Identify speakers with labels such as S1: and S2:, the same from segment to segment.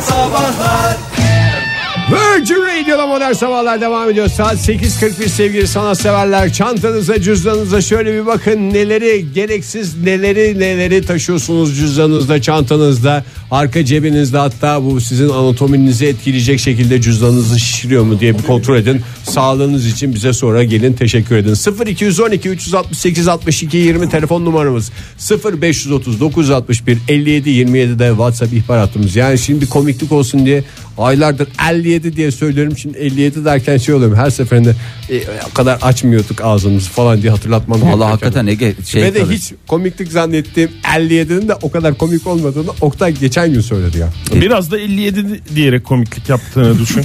S1: Sabahlar
S2: Virgin Radio'da modern sabahlar devam ediyor. Saat 8.41 sevgili sanatseverler. Çantanıza cüzdanınıza şöyle bir bakın. Neleri gereksiz neleri neleri taşıyorsunuz cüzdanınızda çantanızda. Arka cebinizde hatta bu sizin anatominizi etkileyecek şekilde cüzdanınızı şişiriyor mu diye bir kontrol edin. Sağlığınız için bize sonra gelin teşekkür edin. 0212 368 62 20 telefon numaramız 0530 961 57 27'de WhatsApp ihbar hattımız. Yani şimdi bir komiklik olsun diye aylardır 57 diye söylüyorum. Şimdi 57 derken şey oluyorum her seferinde e, o kadar açmıyorduk ağzımızı falan diye hatırlatmam.
S3: Valla hakikaten Ege şey
S2: Ve de
S3: kalır.
S2: hiç komiklik zannettiğim 57'nin de o kadar komik olmadığını Oktay geçen gün söyledi ya.
S4: Biraz da 57 diyerek komiklik yaptığını düşün.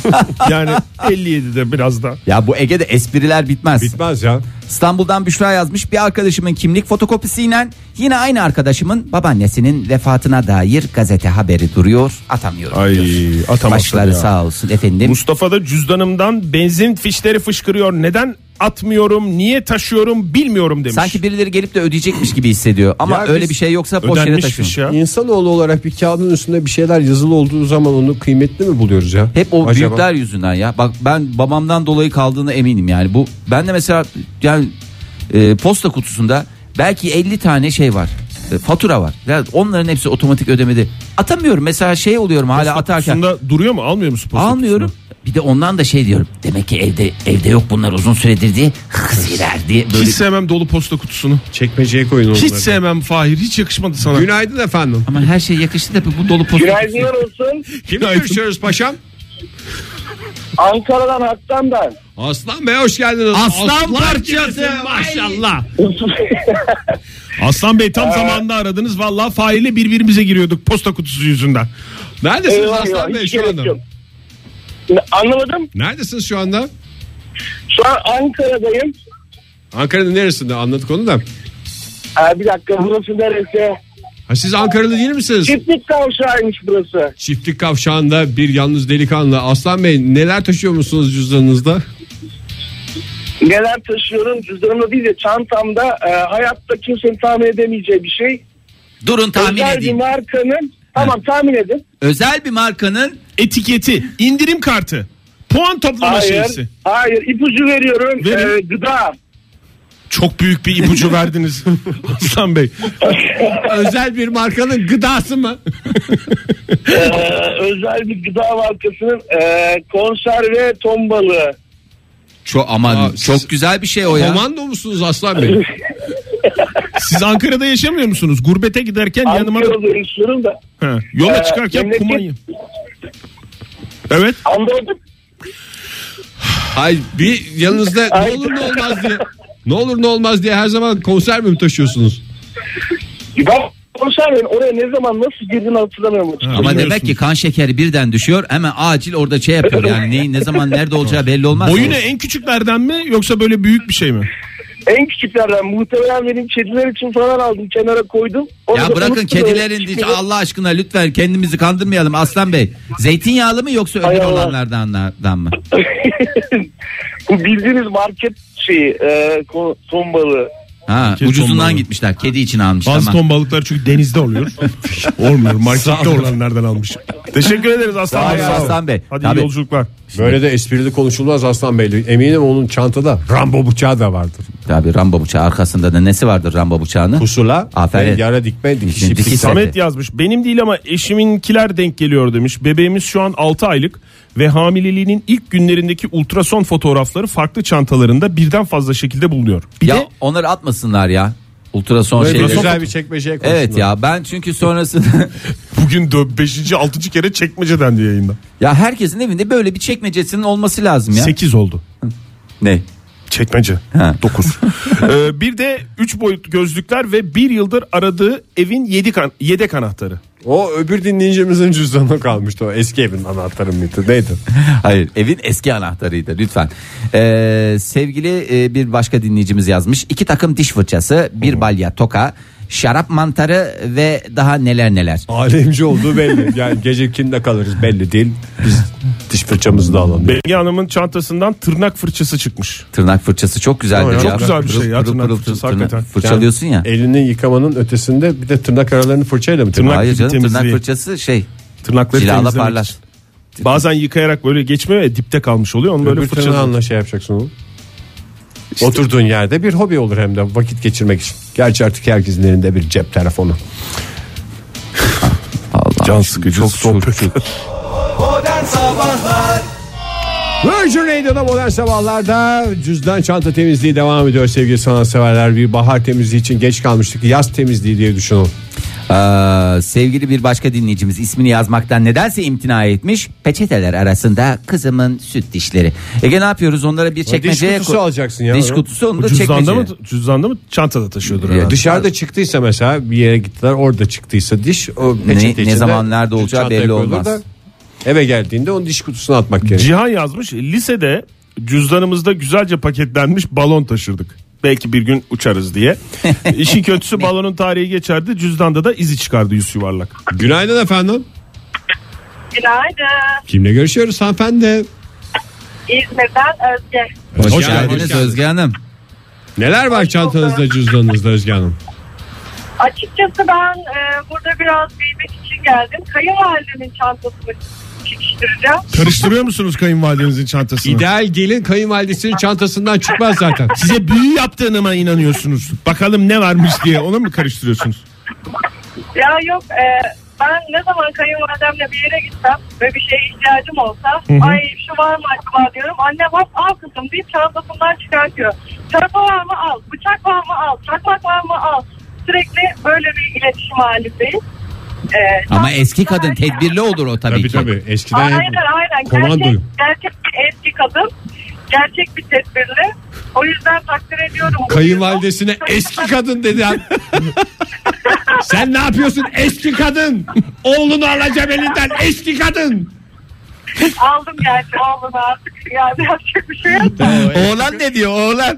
S4: yani 57'de biraz da.
S3: Ya bu Ege'de espriler bitmez.
S2: Bitmez ya.
S3: İstanbul'dan Büşra yazmış bir arkadaşımın kimlik fotokopisiyle yine aynı arkadaşımın babaannesinin vefatına dair gazete haberi duruyor atamıyorum.
S4: Ay,
S3: diyor.
S4: atamazsın
S3: Başları
S4: ya.
S3: sağ olsun efendim.
S4: Mustafa da cüzdanımdan benzin fişleri fışkırıyor. Neden atmıyorum, niye taşıyorum bilmiyorum demiş.
S3: Sanki birileri gelip de ödeyecekmiş gibi hissediyor ama
S2: Ya biz-
S3: öyle bir şey yoksa boş yere
S4: Ödenmiş
S3: taşıyor.
S4: fiş ya.
S2: İnsanoğlu olarak bir kağıdın üstünde bir şeyler yazılı olduğu zaman onu kıymetli mi buluyoruz ya?
S3: Hep o
S2: Acaba?
S3: büyükler yüzünden ya. Bak ben babamdan dolayı kaldığını eminim yani. Bu ben de mesela yani e, posta kutusunda belki 50 tane şey var. E, fatura var. Ya onların hepsi otomatik ödemede. Atamıyorum mesela şey oluyorum hala
S4: Posta
S3: atarken.
S4: kutusunda duruyor mu? Almıyor musun posta
S3: Almıyorum. Bir de ondan da şey diyorum. Demek ki evde evde yok bunlar uzun süredir diye hıziler diye
S4: kutusunu?
S3: böyle
S4: Hiç sevmem dolu posta kutusunu.
S2: Çekmeceye koyun onları.
S4: Hiç sevmem Fahir. Hiç yakışmadı sana.
S2: Günaydın efendim.
S3: ama her şey yakıştı da bu dolu posta.
S5: Günaydınlar olsun.
S2: Kimle görüşüyoruz paşam?
S5: Ankara'dan Hak'tan ben.
S2: Aslan Bey hoş geldiniz.
S4: Aslan
S2: parçası maşallah.
S4: Aslan Bey tam zamanında aradınız. Vallahi Fahir'le birbirimize giriyorduk posta kutusu yüzünden.
S2: Neredesiniz
S5: Eyvah eyvah,
S2: Aslan Bey
S5: hiç
S2: şu
S5: gerek
S2: anda?
S5: yok. Ne- Anlamadım.
S2: Neredesiniz şu anda?
S5: Şu an Ankara'dayım.
S2: Ankara'nın neresinde anladık onu da.
S5: Ee, bir dakika burası neresi?
S2: Ha, siz Ankaralı değil misiniz?
S5: Çiftlik kavşağıymış burası.
S2: Çiftlik kavşağında bir yalnız delikanlı. Aslan Bey neler taşıyor musunuz cüzdanınızda?
S5: Neler taşıyorum cüzdanımda değil de çantamda e, hayatta kimsenin tahmin edemeyeceği bir şey.
S3: Durun tahmin
S5: Özel bir
S3: edeyim.
S5: markanın tamam tahmin edin.
S3: Özel bir markanın
S4: Etiketi, indirim kartı, puan toplama
S5: Hayır,
S4: şeysi.
S5: hayır ipucu veriyorum.
S4: Verin.
S5: Ee, gıda.
S4: Çok büyük bir ipucu verdiniz Aslan Bey.
S2: Özel bir markanın gıdası mı?
S5: Ee, özel bir gıda markasının e, konserve ton balığı.
S3: çok aman
S2: Aa, siz-
S3: çok güzel bir şey o ya.
S2: Komando musunuz Aslan Bey?
S4: Siz Ankara'da yaşamıyor musunuz? Gurbete giderken yanıma da-
S5: Ankara'da yaşıyorum da.
S4: He, yola
S5: Ee,
S4: çıkarken
S5: memleket-
S4: kumanya. Evet.
S5: Anlamadım.
S2: Hayır bir yanınızda ne
S5: Ay.
S2: olur ne olmaz diye. Ne olur ne olmaz diye her zaman konser mi taşıyorsunuz?
S5: Ben konservenin oraya ne zaman nasıl girdiğini hatırlamıyorum. açıkçası.
S3: Ama
S4: Bilmiyorsunuz.
S3: demek ki kan şekeri birden düşüyor. Hemen acil orada şey yapıyor yani neyin ne zaman nerede olacağı belli olmaz.
S4: Boyu ne en küçüklerden mi yoksa böyle büyük bir şey mi?
S5: En küçüklerden muhtemelen benim kediler için falan aldım kenara koydum. Onu da şey
S3: Ya bırakın
S5: unuttum öyle.
S3: kedilerin diye
S5: Çıkmadı.
S3: Allah aşkına lütfen kendimizi kandırmayalım Aslan Bey. Zeytinyağlı mı yoksa
S5: Hay
S3: öbür
S5: Allah.
S3: olanlardan mı?
S5: Bu bildiğiniz market şeyi e, ko- ton balığı.
S3: Ha,
S4: Kedi
S3: ucuzundan
S4: tombalı.
S3: gitmişler. Kedi için almış
S4: Bazı
S3: tamam.
S4: ton balıklar çünkü denizde oluyor. Olmuyor. Markette olanlardan almış. Teşekkür ederiz
S3: Sağ
S4: Aslan Bey.
S3: olun Aslan Bey.
S4: Hadi
S3: Tabii.
S4: iyi yolculuklar.
S2: Böyle de esprili konuşulmaz Aslan Bey. Eminim onun çantada Rambo bıçağı da vardır.
S3: Tabii Rambo bıçağı arkasında da nesi vardır Rambo bıçağının?
S2: Pusula
S3: Aferin. Şey,
S2: ve yara dikme
S3: Şimdi
S2: dikişi.
S3: dikiş-
S4: Samet yazmış. Benim değil ama eşiminkiler denk geliyor demiş. Bebeğimiz şu an 6 aylık ve hamileliğinin ilk günlerindeki ultrason fotoğrafları farklı çantalarında birden fazla şekilde bulunuyor. Bir
S3: ya
S4: de
S3: onları atmasınlar ya. Ultrason
S2: Böyle
S3: şeyleri.
S2: güzel bir şey çekmeceye koysunlar.
S3: Evet ya ben çünkü sonrasında
S4: bugün 5. 6. kere çekmeceden diye yayında.
S3: ya herkesin evinde böyle bir çekmecesinin olması lazım ya.
S4: 8 oldu.
S3: ne?
S4: Çekmece.
S3: Ha.
S4: 9. bir de 3 boyut gözlükler ve bir yıldır aradığı evin yedi kan yedek anahtarı.
S2: O öbür dinleyicimizin cüzdanı kalmıştı. O eski evin anahtarı mıydı? Neydi?
S3: Hayır evin eski anahtarıydı lütfen. Ee, sevgili e, bir başka dinleyicimiz yazmış. İki takım diş fırçası, bir balya toka, şarap mantarı ve daha neler neler.
S2: Alemci olduğu belli. Yani gece kimde kalırız belli değil. Biz diş fırçamızı da alalım.
S4: Bengi Hanım'ın çantasından tırnak fırçası çıkmış.
S3: Tırnak fırçası çok güzeldir
S4: Ama ya,
S3: ya.
S4: çok güzel bir şey ya, tırnak fırçası, hakikaten.
S3: Fırçalıyorsun ya.
S2: Elini yıkamanın ötesinde bir de tırnak aralarını fırçayla mı tırnak?
S4: Tırnak
S3: Hayır
S4: gibi
S3: canım tırnak
S4: temizliği.
S3: fırçası şey
S4: Tırnakları
S3: Cilala
S4: temizlemek
S3: parlar.
S4: için. Bazen yıkayarak böyle geçmiyor ya dipte kalmış oluyor. Onu böyle
S2: Öbür
S4: fırçalı.
S2: tırnağınla şey yapacaksın oğlum. Oturduğun yerde bir hobi olur hem de vakit geçirmek için. Gerçi artık herkesin elinde bir cep telefonu.
S3: Allah.
S4: Can sıkıcı
S3: Çok
S4: sohbet.
S2: Virgin Radio'da modern sabahlarda cüzdan çanta temizliği devam ediyor sevgili sanatseverler. Bir bahar temizliği için geç kalmıştık. Yaz temizliği diye düşünün.
S3: Ee, sevgili bir başka dinleyicimiz ismini yazmaktan nedense imtina etmiş. Peçeteler arasında kızımın süt dişleri. Ege ne yapıyoruz? Onlara bir çekmeceye ko-
S2: kutusu alacaksın ya.
S3: Diş kutusu onu da
S4: Cüzdanda
S3: çekmeceye.
S4: mı, cüzdanda mı çantada taşıyordur herhalde.
S2: Dışarıda çıktıysa mesela bir yere gittiler orada çıktıysa diş o
S3: Ne-
S2: peçete
S3: ne
S2: içinde
S3: zaman, nerede olacağı
S2: çantaya
S3: belli
S2: koyulur
S3: olmaz.
S2: eve geldiğinde onu diş kutusuna atmak gerekiyor.
S4: Cihan yazmış lisede cüzdanımızda güzelce paketlenmiş balon taşırdık. Belki bir gün uçarız diye. İşin kötüsü balonun tarihi geçerdi. Cüzdanda da izi çıkardı yüz yuvarlak.
S2: Günaydın efendim.
S1: Günaydın.
S2: Kimle görüşüyoruz hanımefendi?
S1: İzmir'den Özge.
S3: Hoş,
S2: Hoş geldin, hoş
S3: geldiniz
S2: geldin.
S3: Özge Hanım.
S2: Neler var çantanızda cüzdanınızda Özge Hanım?
S1: Açıkçası ben e, burada biraz bilmek için geldim. Kayınvalidemin çantasını çekiştireceğim.
S4: Karıştırıyor musunuz kayınvalidenizin çantasını?
S2: İdeal gelin kayınvalidesinin çantasından çıkmaz zaten.
S4: Size büyü yaptığına mı inanıyorsunuz? Bakalım ne varmış diye ona mı karıştırıyorsunuz?
S1: Ya yok e, ben ne zaman kayınvalidemle bir yere gitsem ve bir şeye ihtiyacım olsa ay şu var mı acaba diyorum. Anne bak al kızım deyip çantasından çıkartıyor. Tarafa var mı al, bıçak var mı al, çakmak var mı al. Sürekli böyle bir iletişim halindeyiz. E,
S3: Ama
S1: çantasında
S3: eski kadın
S1: her şey-
S3: tedbirli olur o tabii,
S2: Tabii
S3: ki.
S2: tabii eskiden
S1: Aynen
S2: yapılır.
S1: aynen.
S2: Komandoyu.
S1: Gerçek, gerçek bir eski kadın. Gerçek bir tedbirli. O yüzden takdir ediyorum.
S2: Kayınvalidesine eski kadın dedi. Sen ne yapıyorsun eski kadın? Oğlunu alacağım elinden eski kadın.
S1: Aldım gerçi aldım artık. Yani yapacak bir şey yok. da.
S3: Oğlan ne diyor oğlan?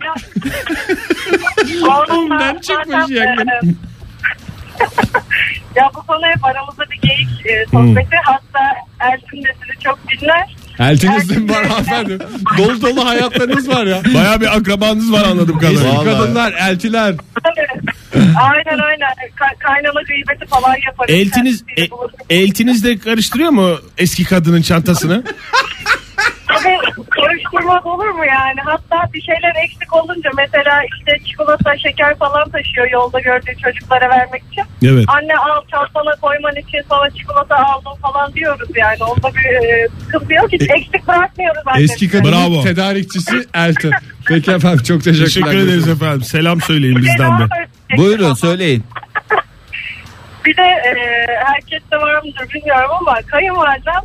S1: Ondan
S2: çıkmış yakın.
S1: ya bu konu hep aramızda bir geyik e,
S3: Hmm.
S1: sohbeti. Hatta Ersin de sizi çok dinler.
S2: Eltinizde mi var hanımefendi? Dolu dolu hayatlarınız var ya.
S4: Baya bir akrabanız var anladım
S2: Eski
S4: kadarıyla.
S2: kadınlar, eltiler.
S1: aynen aynen. Ka- kaynana gıybeti falan yaparız.
S4: Eltiniz
S1: Kendisiyle
S4: e-
S1: buluşuruz.
S4: eltiniz de karıştırıyor mu eski kadının çantasını?
S1: Tabii karıştırmak olur mu yani? Hatta bir şeyler eksik olunca mesela işte çikolata, şeker falan taşıyor yolda gördüğü çocuklara vermek için.
S4: Evet.
S1: Anne al çantana koyman için sana çikolata aldım falan diyoruz yani. Onda bir e, sıkıntı yok. Hiç eksik bırakmıyoruz anne.
S2: Eski kadın
S4: Bravo.
S2: tedarikçisi elti. Peki efendim çok teşekkürler.
S4: Teşekkür ederiz efendim. Selam söyleyin bizden de.
S1: Bedava ödeyecek.
S3: Buyurun söyleyin.
S1: Bir de e, herkeste var mıdır bilmiyorum ama kayınvalidem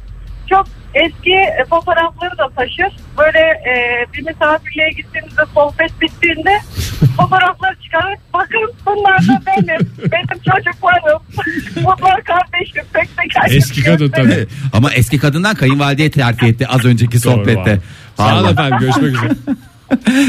S1: çok eski e, fotoğrafları da taşır. Böyle e, bir misafirliğe gittiğimizde sohbet bittiğinde fotoğrafları çıkarır. Bakın bunlar da benim. benim çocuklarım. Bunlar kardeşim. Tek tek herkes
S2: Eski kadın
S1: gösterir.
S2: tabii.
S3: Ama eski kadından kayınvalideye terfi etti az önceki sohbette.
S4: abi.
S2: Sağ olun
S3: Vallahi.
S2: efendim görüşmek üzere.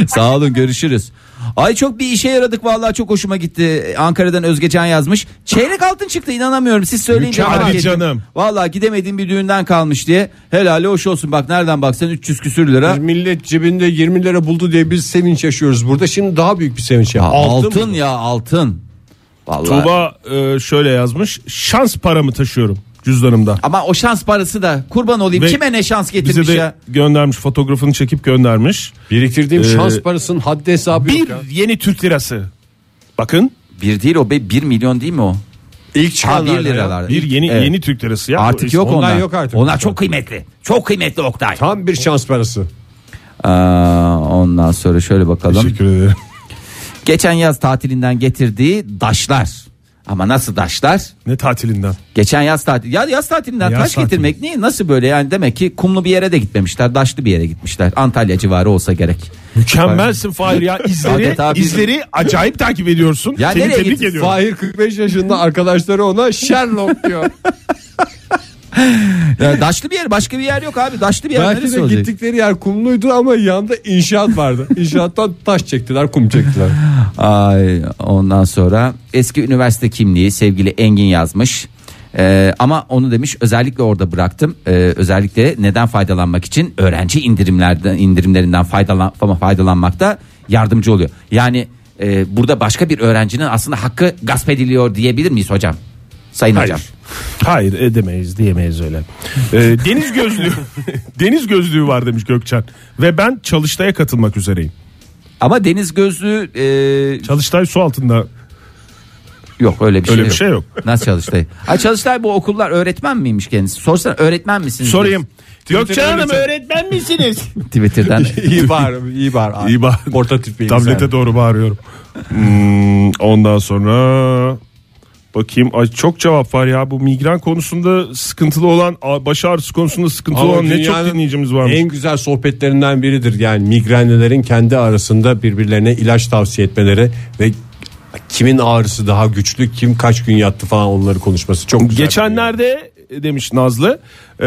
S3: Sağ olun görüşürüz. Ay çok bir işe yaradık vallahi çok hoşuma gitti. Ankara'dan Özgecan yazmış. Çeyrek altın çıktı inanamıyorum. Siz söyleyince
S4: Mükemmel
S3: fark ettim.
S4: canım.
S3: Vallahi gidemediğim bir düğünden kalmış diye. Helali hoş olsun bak nereden baksan 300 küsür lira.
S2: Millet cebinde 20 lira buldu diye biz sevinç yaşıyoruz burada. Şimdi daha büyük bir sevinç ya.
S3: Ya altın,
S2: mı?
S3: ya altın. Vallahi.
S4: Tuğba e, şöyle yazmış. Şans paramı taşıyorum cüzdanımda.
S3: Ama o şans parası da kurban olayım
S4: Ve
S3: kime ne şans
S4: Bize
S3: getirmiş
S4: de
S3: ya.
S4: göndermiş fotoğrafını çekip göndermiş.
S2: Biriktirdiğim
S4: Ee,
S2: şans parasının haddi hesabı yok
S4: Bir
S2: ya.
S4: yeni Türk lirası. Bakın
S3: Bir değil o be 1 milyon değil mi o?
S2: İlk
S3: Ha,
S2: çıkanlar.
S3: bir liralar.
S4: bir yeni
S3: Evet.
S4: yeni Türk lirası ya.
S3: Artık yok
S2: Onlar
S3: onlar.
S2: yok artık.
S3: Onlar çok kıymetli. Çok kıymetli Oktay.
S2: Tam bir şans parası.
S3: Aa, ondan sonra şöyle bakalım.
S4: Teşekkür ederim.
S3: Geçen yaz tatilinden getirdiği daşlar. Ama nasıl daşlar?
S4: Ne tatilinden?
S3: Geçen yaz tatil ya yaz tatilinden
S4: Yaz
S3: taş
S4: tatili.
S3: getirmek ne nasıl böyle yani demek ki kumlu bir yere de gitmemişler daşlı bir yere gitmişler Antalya civarı olsa gerek.
S4: Mükemmelsin Fahir ya. İzleri,
S3: Adeta bir-
S4: izleri acayip takip ediyorsun.
S3: Ya
S4: Seni
S3: nereye
S4: tebrik
S3: gittin?
S4: ediyorum.
S2: Fahir 45 yaşında arkadaşları ona Sherlock diyor.
S3: Ya daşlı bir yer başka bir yer yok abi daşlı bir yer
S2: Belki
S3: neresi
S2: de
S3: olacak?
S2: gittikleri yer kumluydu ama yanında inşaat vardı. İnşaattan taş çektiler, kum çektiler.
S3: Ay ondan sonra eski üniversite kimliği sevgili Engin yazmış. Ee, ama onu demiş özellikle orada bıraktım. Ee, özellikle neden faydalanmak için öğrenci indirimlerden indirimlerinden faydalan faydalanmakta yardımcı oluyor. Yani e, burada başka bir öğrencinin aslında hakkı gasp ediliyor diyebilir miyiz hocam? Sayın
S4: Hayır.
S3: Hocam.
S4: Hayır edemeyiz diyemeyiz öyle. Ee, deniz gözlüğü deniz gözlüğü var demiş Gökçen ve ben çalıştaya katılmak üzereyim.
S3: Ama deniz gözlüğü e,
S4: Çalıştay su altında
S3: Yok öyle bir şey
S4: Öyle bir
S3: yok.
S4: şey yok.
S3: Nasıl Çalıştay? Ha Çalıştay bu okullar öğretmen miymiş kendisi? Sorsana öğretmen misiniz?
S4: sorayım. Gökçen Hanım
S2: öğretmen.
S4: öğretmen misiniz?
S3: Twitter'dan.
S2: İyi bağır, iyi bağır.
S4: İyi bağır.
S2: Portatif bir
S4: Tablete
S2: insan.
S4: doğru bağırıyorum. Hmm, ondan sonra bakayım ay çok cevap var ya bu migren konusunda sıkıntılı olan a- baş ağrısı konusunda sıkıntılı
S2: Ama
S4: olan ne çok
S2: dünyanın
S4: dinleyicimiz varmış.
S2: En güzel sohbetlerinden biridir. Yani migrenlilerin kendi arasında birbirlerine ilaç tavsiye etmeleri ve kimin ağrısı daha güçlü, kim kaç gün yattı falan onları konuşması çok güzel.
S4: Geçenlerde demiş Nazlı e,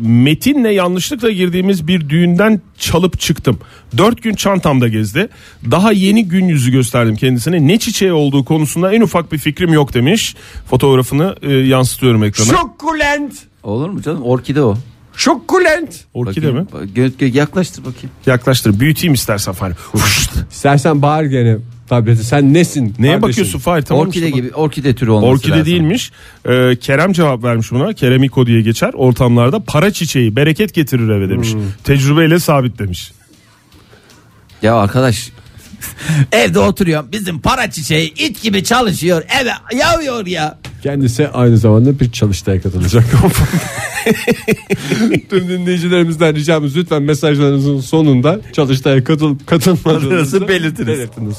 S4: Metin'le yanlışlıkla girdiğimiz bir düğünden çalıp çıktım. Dört gün çantamda gezdi. Daha yeni gün yüzü gösterdim kendisine. Ne çiçeği olduğu konusunda en ufak bir fikrim yok demiş. Fotoğrafını e, yansıtıyorum ekrana.
S2: Şokulent.
S3: Olur mu canım? Orkide o.
S2: Şokulent.
S4: Orkide
S3: Bakayım.
S4: mi?
S3: Bak- gö- gö- yaklaştır bakayım.
S4: Yaklaştır büyüteyim istersen Fahri. Huşt!
S2: İstersen bağır gene tablete. Sen nesin?
S4: Neye
S2: kardeşim?
S4: bakıyorsun Fahri? e, Tamam
S3: orkide
S4: işte bak.
S3: gibi. Orkide türü olması
S4: Orkide
S3: lazım.
S4: değilmiş. E, Kerem cevap vermiş buna. Keremiko diye geçer. Ortamlarda para çiçeği bereket getirir eve demiş. Tecrübeyle sabit demiş.
S3: Ya arkadaş evde oturuyorum. Bizim para çiçeği it gibi çalışıyor. Eve yavıyor ya.
S2: Kendisi aynı zamanda bir çalıştaya katılacak. Tüm dinleyicilerimizden ricamız lütfen mesajlarınızın sonunda çalıştaya katılıp katılmadığınızı belirtiniz.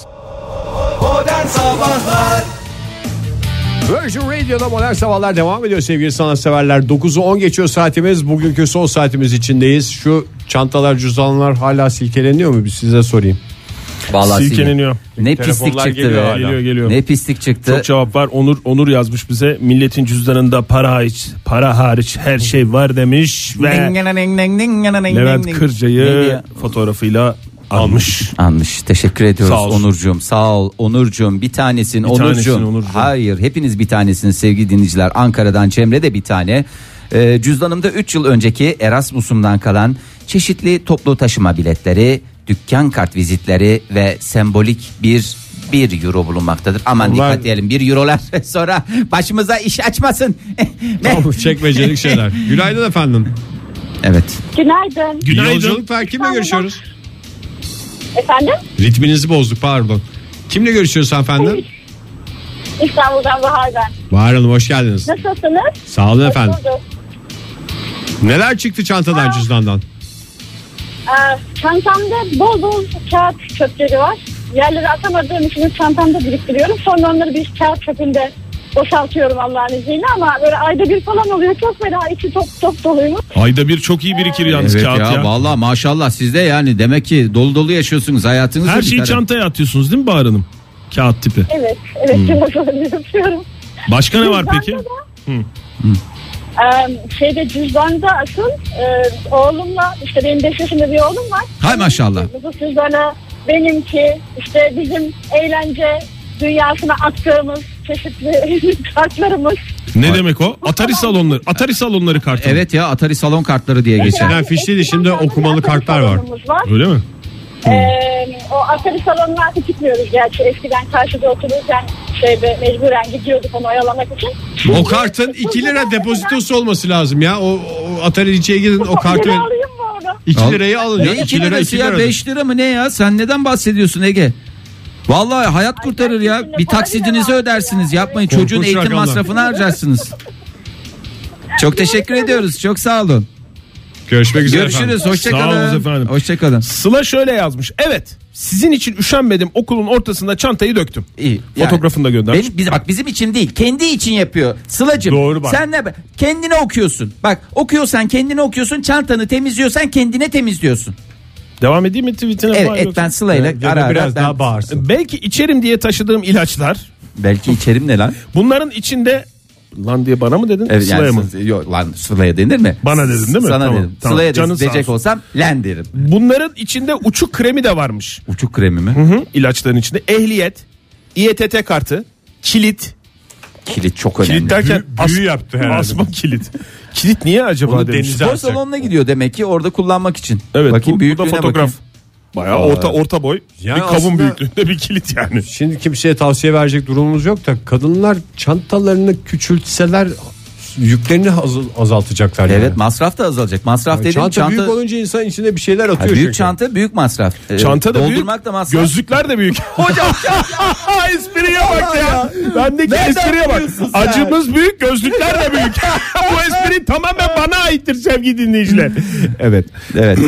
S2: Virgin Radio'da modern sabahlar devam ediyor sevgili sanatseverler. 9'u 10 geçiyor saatimiz. Bugünkü son saatimiz içindeyiz. Şu çantalar cüzdanlar hala silkeleniyor mu? Bir size sorayım.
S3: Vallahi
S4: Silkeleniyor.
S3: Ne
S2: Telefonlar
S3: pislik çıktı
S2: geliyor
S3: be.
S2: hala.
S4: Geliyor, geliyor.
S3: Ne pislik çıktı.
S4: Çok cevap var. Onur Onur yazmış bize. Milletin cüzdanında para hariç, para hariç her şey var demiş ve Levent
S3: Neydi
S4: Kırca'yı
S3: ya?
S4: fotoğrafıyla almış.
S3: Anmış. Teşekkür ediyoruz
S4: Sağ olsun.
S3: Onurcuğum. Sağ ol Onurcuğum. Bir tanesin Onurcuğum.
S4: tanesin Onurcuğum.
S3: Hayır, hepiniz bir tanesiniz sevgili dinleyiciler. Ankara'dan Cemre de bir tane. Ee, cüzdanımda 3 yıl önceki Erasmus'umdan kalan çeşitli toplu taşıma biletleri, dükkan kart vizitleri ve sembolik bir 1 euro bulunmaktadır. Aman
S4: Onlar-
S3: dikkat edelim 1 eurolar sonra başımıza iş açmasın.
S2: Çekmecelik şeyler. Günaydın efendim.
S3: evet.
S6: Günaydın.
S2: Yolculuklar kimle görüşüyoruz?
S6: Efendim?
S2: Ritminizi bozduk pardon. Kimle görüşüyoruz efendim?
S6: İstanbul'dan Bahar ben.
S2: Bahar Hanım hoş geldiniz.
S6: Nasılsınız?
S2: Sağ olun
S6: Hoş
S2: efendim.
S6: bulduk.
S2: Neler çıktı çantadan cüzdandan?
S6: Ee, çantamda bol bol kağıt çöpleri var. Yerlere atamadığım için çantamda biriktiriyorum. Sonra onları bir kağıt çöpünde boşaltıyorum Allah'ın izniyle ama böyle ayda bir falan oluyor. Çok fena içi top top doluymuş.
S4: Ayda bir çok iyi birikir yalnız
S3: Evet
S4: kağıt ya.
S3: ya, vallahi maşallah sizde yani demek ki dolu dolu yaşıyorsunuz hayatınızı.
S4: Her
S3: bir
S4: şeyi
S3: tarafa-
S4: çantaya atıyorsunuz değil mi Bahar Hanım? Kağıt tipi.
S6: Evet, evet biraz öyle yapıyorum.
S4: Başka ne var peki?
S6: Cüzdanda da- Ee, şeyde cüzdanda asıl e, oğlumla işte benim 5 yaşında bir oğlum var.
S3: Hay maşallah.
S6: Bu cüzdana benimki işte bizim eğlence dünyasına attığımız çeşitli kartlarımız.
S4: Ne demek o? Atari salonları. Atari salonları kartı.
S3: Evet ya Atari salon kartları diye geçer.
S2: Eskiden fişliydi, şimdi okumalı kartlar var.
S6: Salonumuz var.
S4: Öyle mi?
S6: Ee, o atari salonuna artık gitmiyoruz gerçi. Eskiden karşıda otururken şeyde mecburen gidiyorduk onu oyalamak için.
S2: O kartın 2 lira depozitosu olması lazım ya. O, o Atari'ciye gidin o kartı
S6: Geri alayım mı onu?
S2: 2 lirayı alın ya.
S3: Ne
S2: 2
S3: 2
S2: lira
S3: lirası
S2: 2
S3: ya
S2: lira.
S3: 5 lira mı ne ya sen neden bahsediyorsun Ege? Vallahi hayat kurtarır ya. Bir taksidinizi ödersiniz. Yapmayın
S2: Korkunç
S3: çocuğun eğitim
S2: rakamlar.
S3: masrafını harcarsınız. Çok teşekkür ediyoruz. Çok sağ olun.
S2: Görüşmek üzere efendim.
S3: Görüşürüz. Hoşça
S4: Sağ olun
S3: kalın.
S4: efendim.
S3: Hoşça kalın.
S4: Sıla şöyle yazmış. Evet. Sizin için üşenmedim. Okulun ortasında çantayı döktüm.
S3: İyi. Yani-
S4: Fotoğrafını da göndermiş.
S3: Benim, biz, bak bizim için değil kendi için yapıyor. Sılacım
S4: Doğru bak.
S3: sen ne kendine okuyorsun. Bak okuyorsan kendine okuyorsun çantanı temizliyorsan kendine temizliyorsun.
S4: Devam edeyim mi tweetine?
S3: Evet,
S4: Fahri
S3: evet
S4: yoksa?
S3: ben Sıla'yla
S2: Ya
S3: ara
S2: da
S3: ara
S2: biraz
S3: ben-
S2: daha bağırsın.
S4: Belki içerim diye taşıdığım ilaçlar.
S3: Belki içerim ne lan?
S4: Bunların içinde lan diye bana mı dedin?
S3: Evet,
S4: Sıla'ya
S3: Ee, yani
S4: mı?
S3: Sıla'ya- Yok lan Sıla'ya denir mi?
S4: Bana dedin değil mi?
S3: Sana
S4: Tamam,
S3: dedim.
S4: tamam.
S3: Sıla'ya
S4: Canın
S3: dedim.
S4: sağ
S3: diyecek
S4: olsun.
S3: olsam len derim.
S4: Bunların içinde uçuk kremi de varmış.
S3: Uçuk kremi mi?
S4: Hı? İlaçların içinde ehliyet, İETT kartı, kilit.
S3: Kilit çok önemli.
S4: Kilit derken
S2: büyü yaptı herhalde.
S4: Asma kilit. Kilit niye acaba
S2: Onu
S4: demiş.
S2: denize-
S3: Spor salonuna gidiyor demek ki orada kullanmak için.
S4: Evet
S3: Bakayım
S4: bu, bu da
S3: büyüklüğüne
S4: fotoğraf.
S3: bakayım.
S4: Bayağı orta orta boy.
S2: Yani
S4: bir kavun
S2: aslında-
S4: büyüklüğünde bir kilit yani.
S2: Şimdi kimseye tavsiye verecek durumumuz yok da kadınlar çantalarını küçültseler yüklerini az- azaltacaklar. yani.
S3: Evet masraf da azalacak. Masraf
S2: Yani
S3: dediğim
S2: çanta,
S3: çanta,
S2: büyük olunca insan içine bir şeyler atıyor.
S3: Ha, büyük
S2: çünkü.
S3: çanta büyük masraf. Ee,
S4: Çanta da
S3: doldurmak
S4: büyük.
S3: da masraf.
S4: Gözlükler de büyük. Hocam espriye bak ya. Bendeki espriye bak. Acımız büyük, gözlükler de büyük. Bu espri tamamen bana aittir sevgili dinleyiciler. evet.
S3: Evet.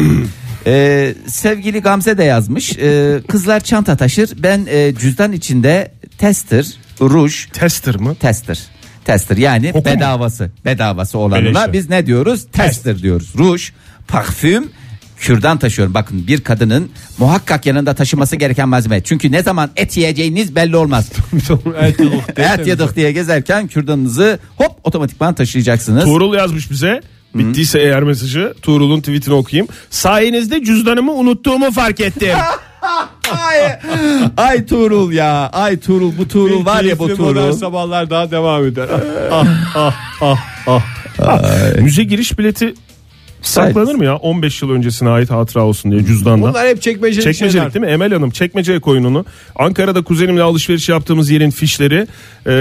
S3: Ee, sevgili Gamze de yazmış. Ee, kızlar çanta taşır. Ben e, cüzdan içinde tester, ruj,
S4: Tester mı?
S3: tester. Tester yani
S4: Koku mu?
S3: bedavası. Bedavası olanına
S4: Beleşe.
S3: biz ne diyoruz? Tester diyoruz. Ruj, parfüm, kürdan taşıyorum. Bakın bir kadının muhakkak yanında taşıması gereken malzeme. Çünkü ne zaman et yiyeceğiniz belli olmaz.
S2: Evet, yok.
S3: et yedik diye gezerken kürdanınızı hop otomatikman taşıyacaksınız.
S4: Tuğrul yazmış bize. Bittiyse eğer mesajı Tuğrul'un tweetini okuyayım. Sayenizde cüzdanımı unuttuğumu fark ettim.
S3: ay, ay Tuğrul ya. Ay Tuğrul bu Tuğrul var ya bu
S2: Keyifli modern
S3: Tuğrul.
S2: sabahlar daha devam eder.
S4: Müze giriş bileti saklanır mı ya? 15 yıl öncesine ait hatıra olsun diye cüzdanla.
S2: Bunlar hep çekmecelik,
S4: Çekmecelik
S2: şeyler.
S4: değil mi? Emel Hanım çekmeceye koyun onu. Ankara'da kuzenimle alışveriş yaptığımız yerin fişleri eee,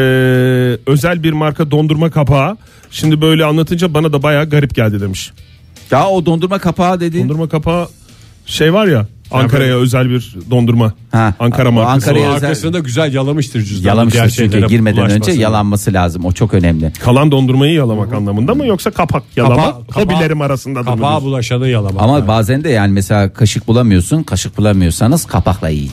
S4: özel bir marka dondurma kapağı. Şimdi böyle anlatınca bana da bayağı garip geldi demiş.
S3: Ya o dondurma kapağı dediğin.
S4: Dondurma kapağı şey var ya Ankara'ya özel bir dondurma.
S3: Ha.
S4: Ankara
S3: O
S4: markası.
S3: Ankara'ya
S4: var.
S3: özel-
S2: Arkasını da güzel yalamıştır cüzdanı.
S3: Yalamıştır
S2: diğer
S3: çünkü
S2: şeylere
S3: girmeden önce
S2: bulaşmasın.
S3: yalanması lazım. O çok önemli.
S4: Kalan dondurmayı yalamak anlamında mı yoksa kapak yalamak?
S2: kapağı-
S4: Hobilerim arasında mı?
S2: Kapağa bulaşanı yalamak.
S3: Ama
S2: Yani.
S3: bazen de yani mesela kaşık bulamıyorsun. Kaşık bulamıyorsanız kapakla yiyin.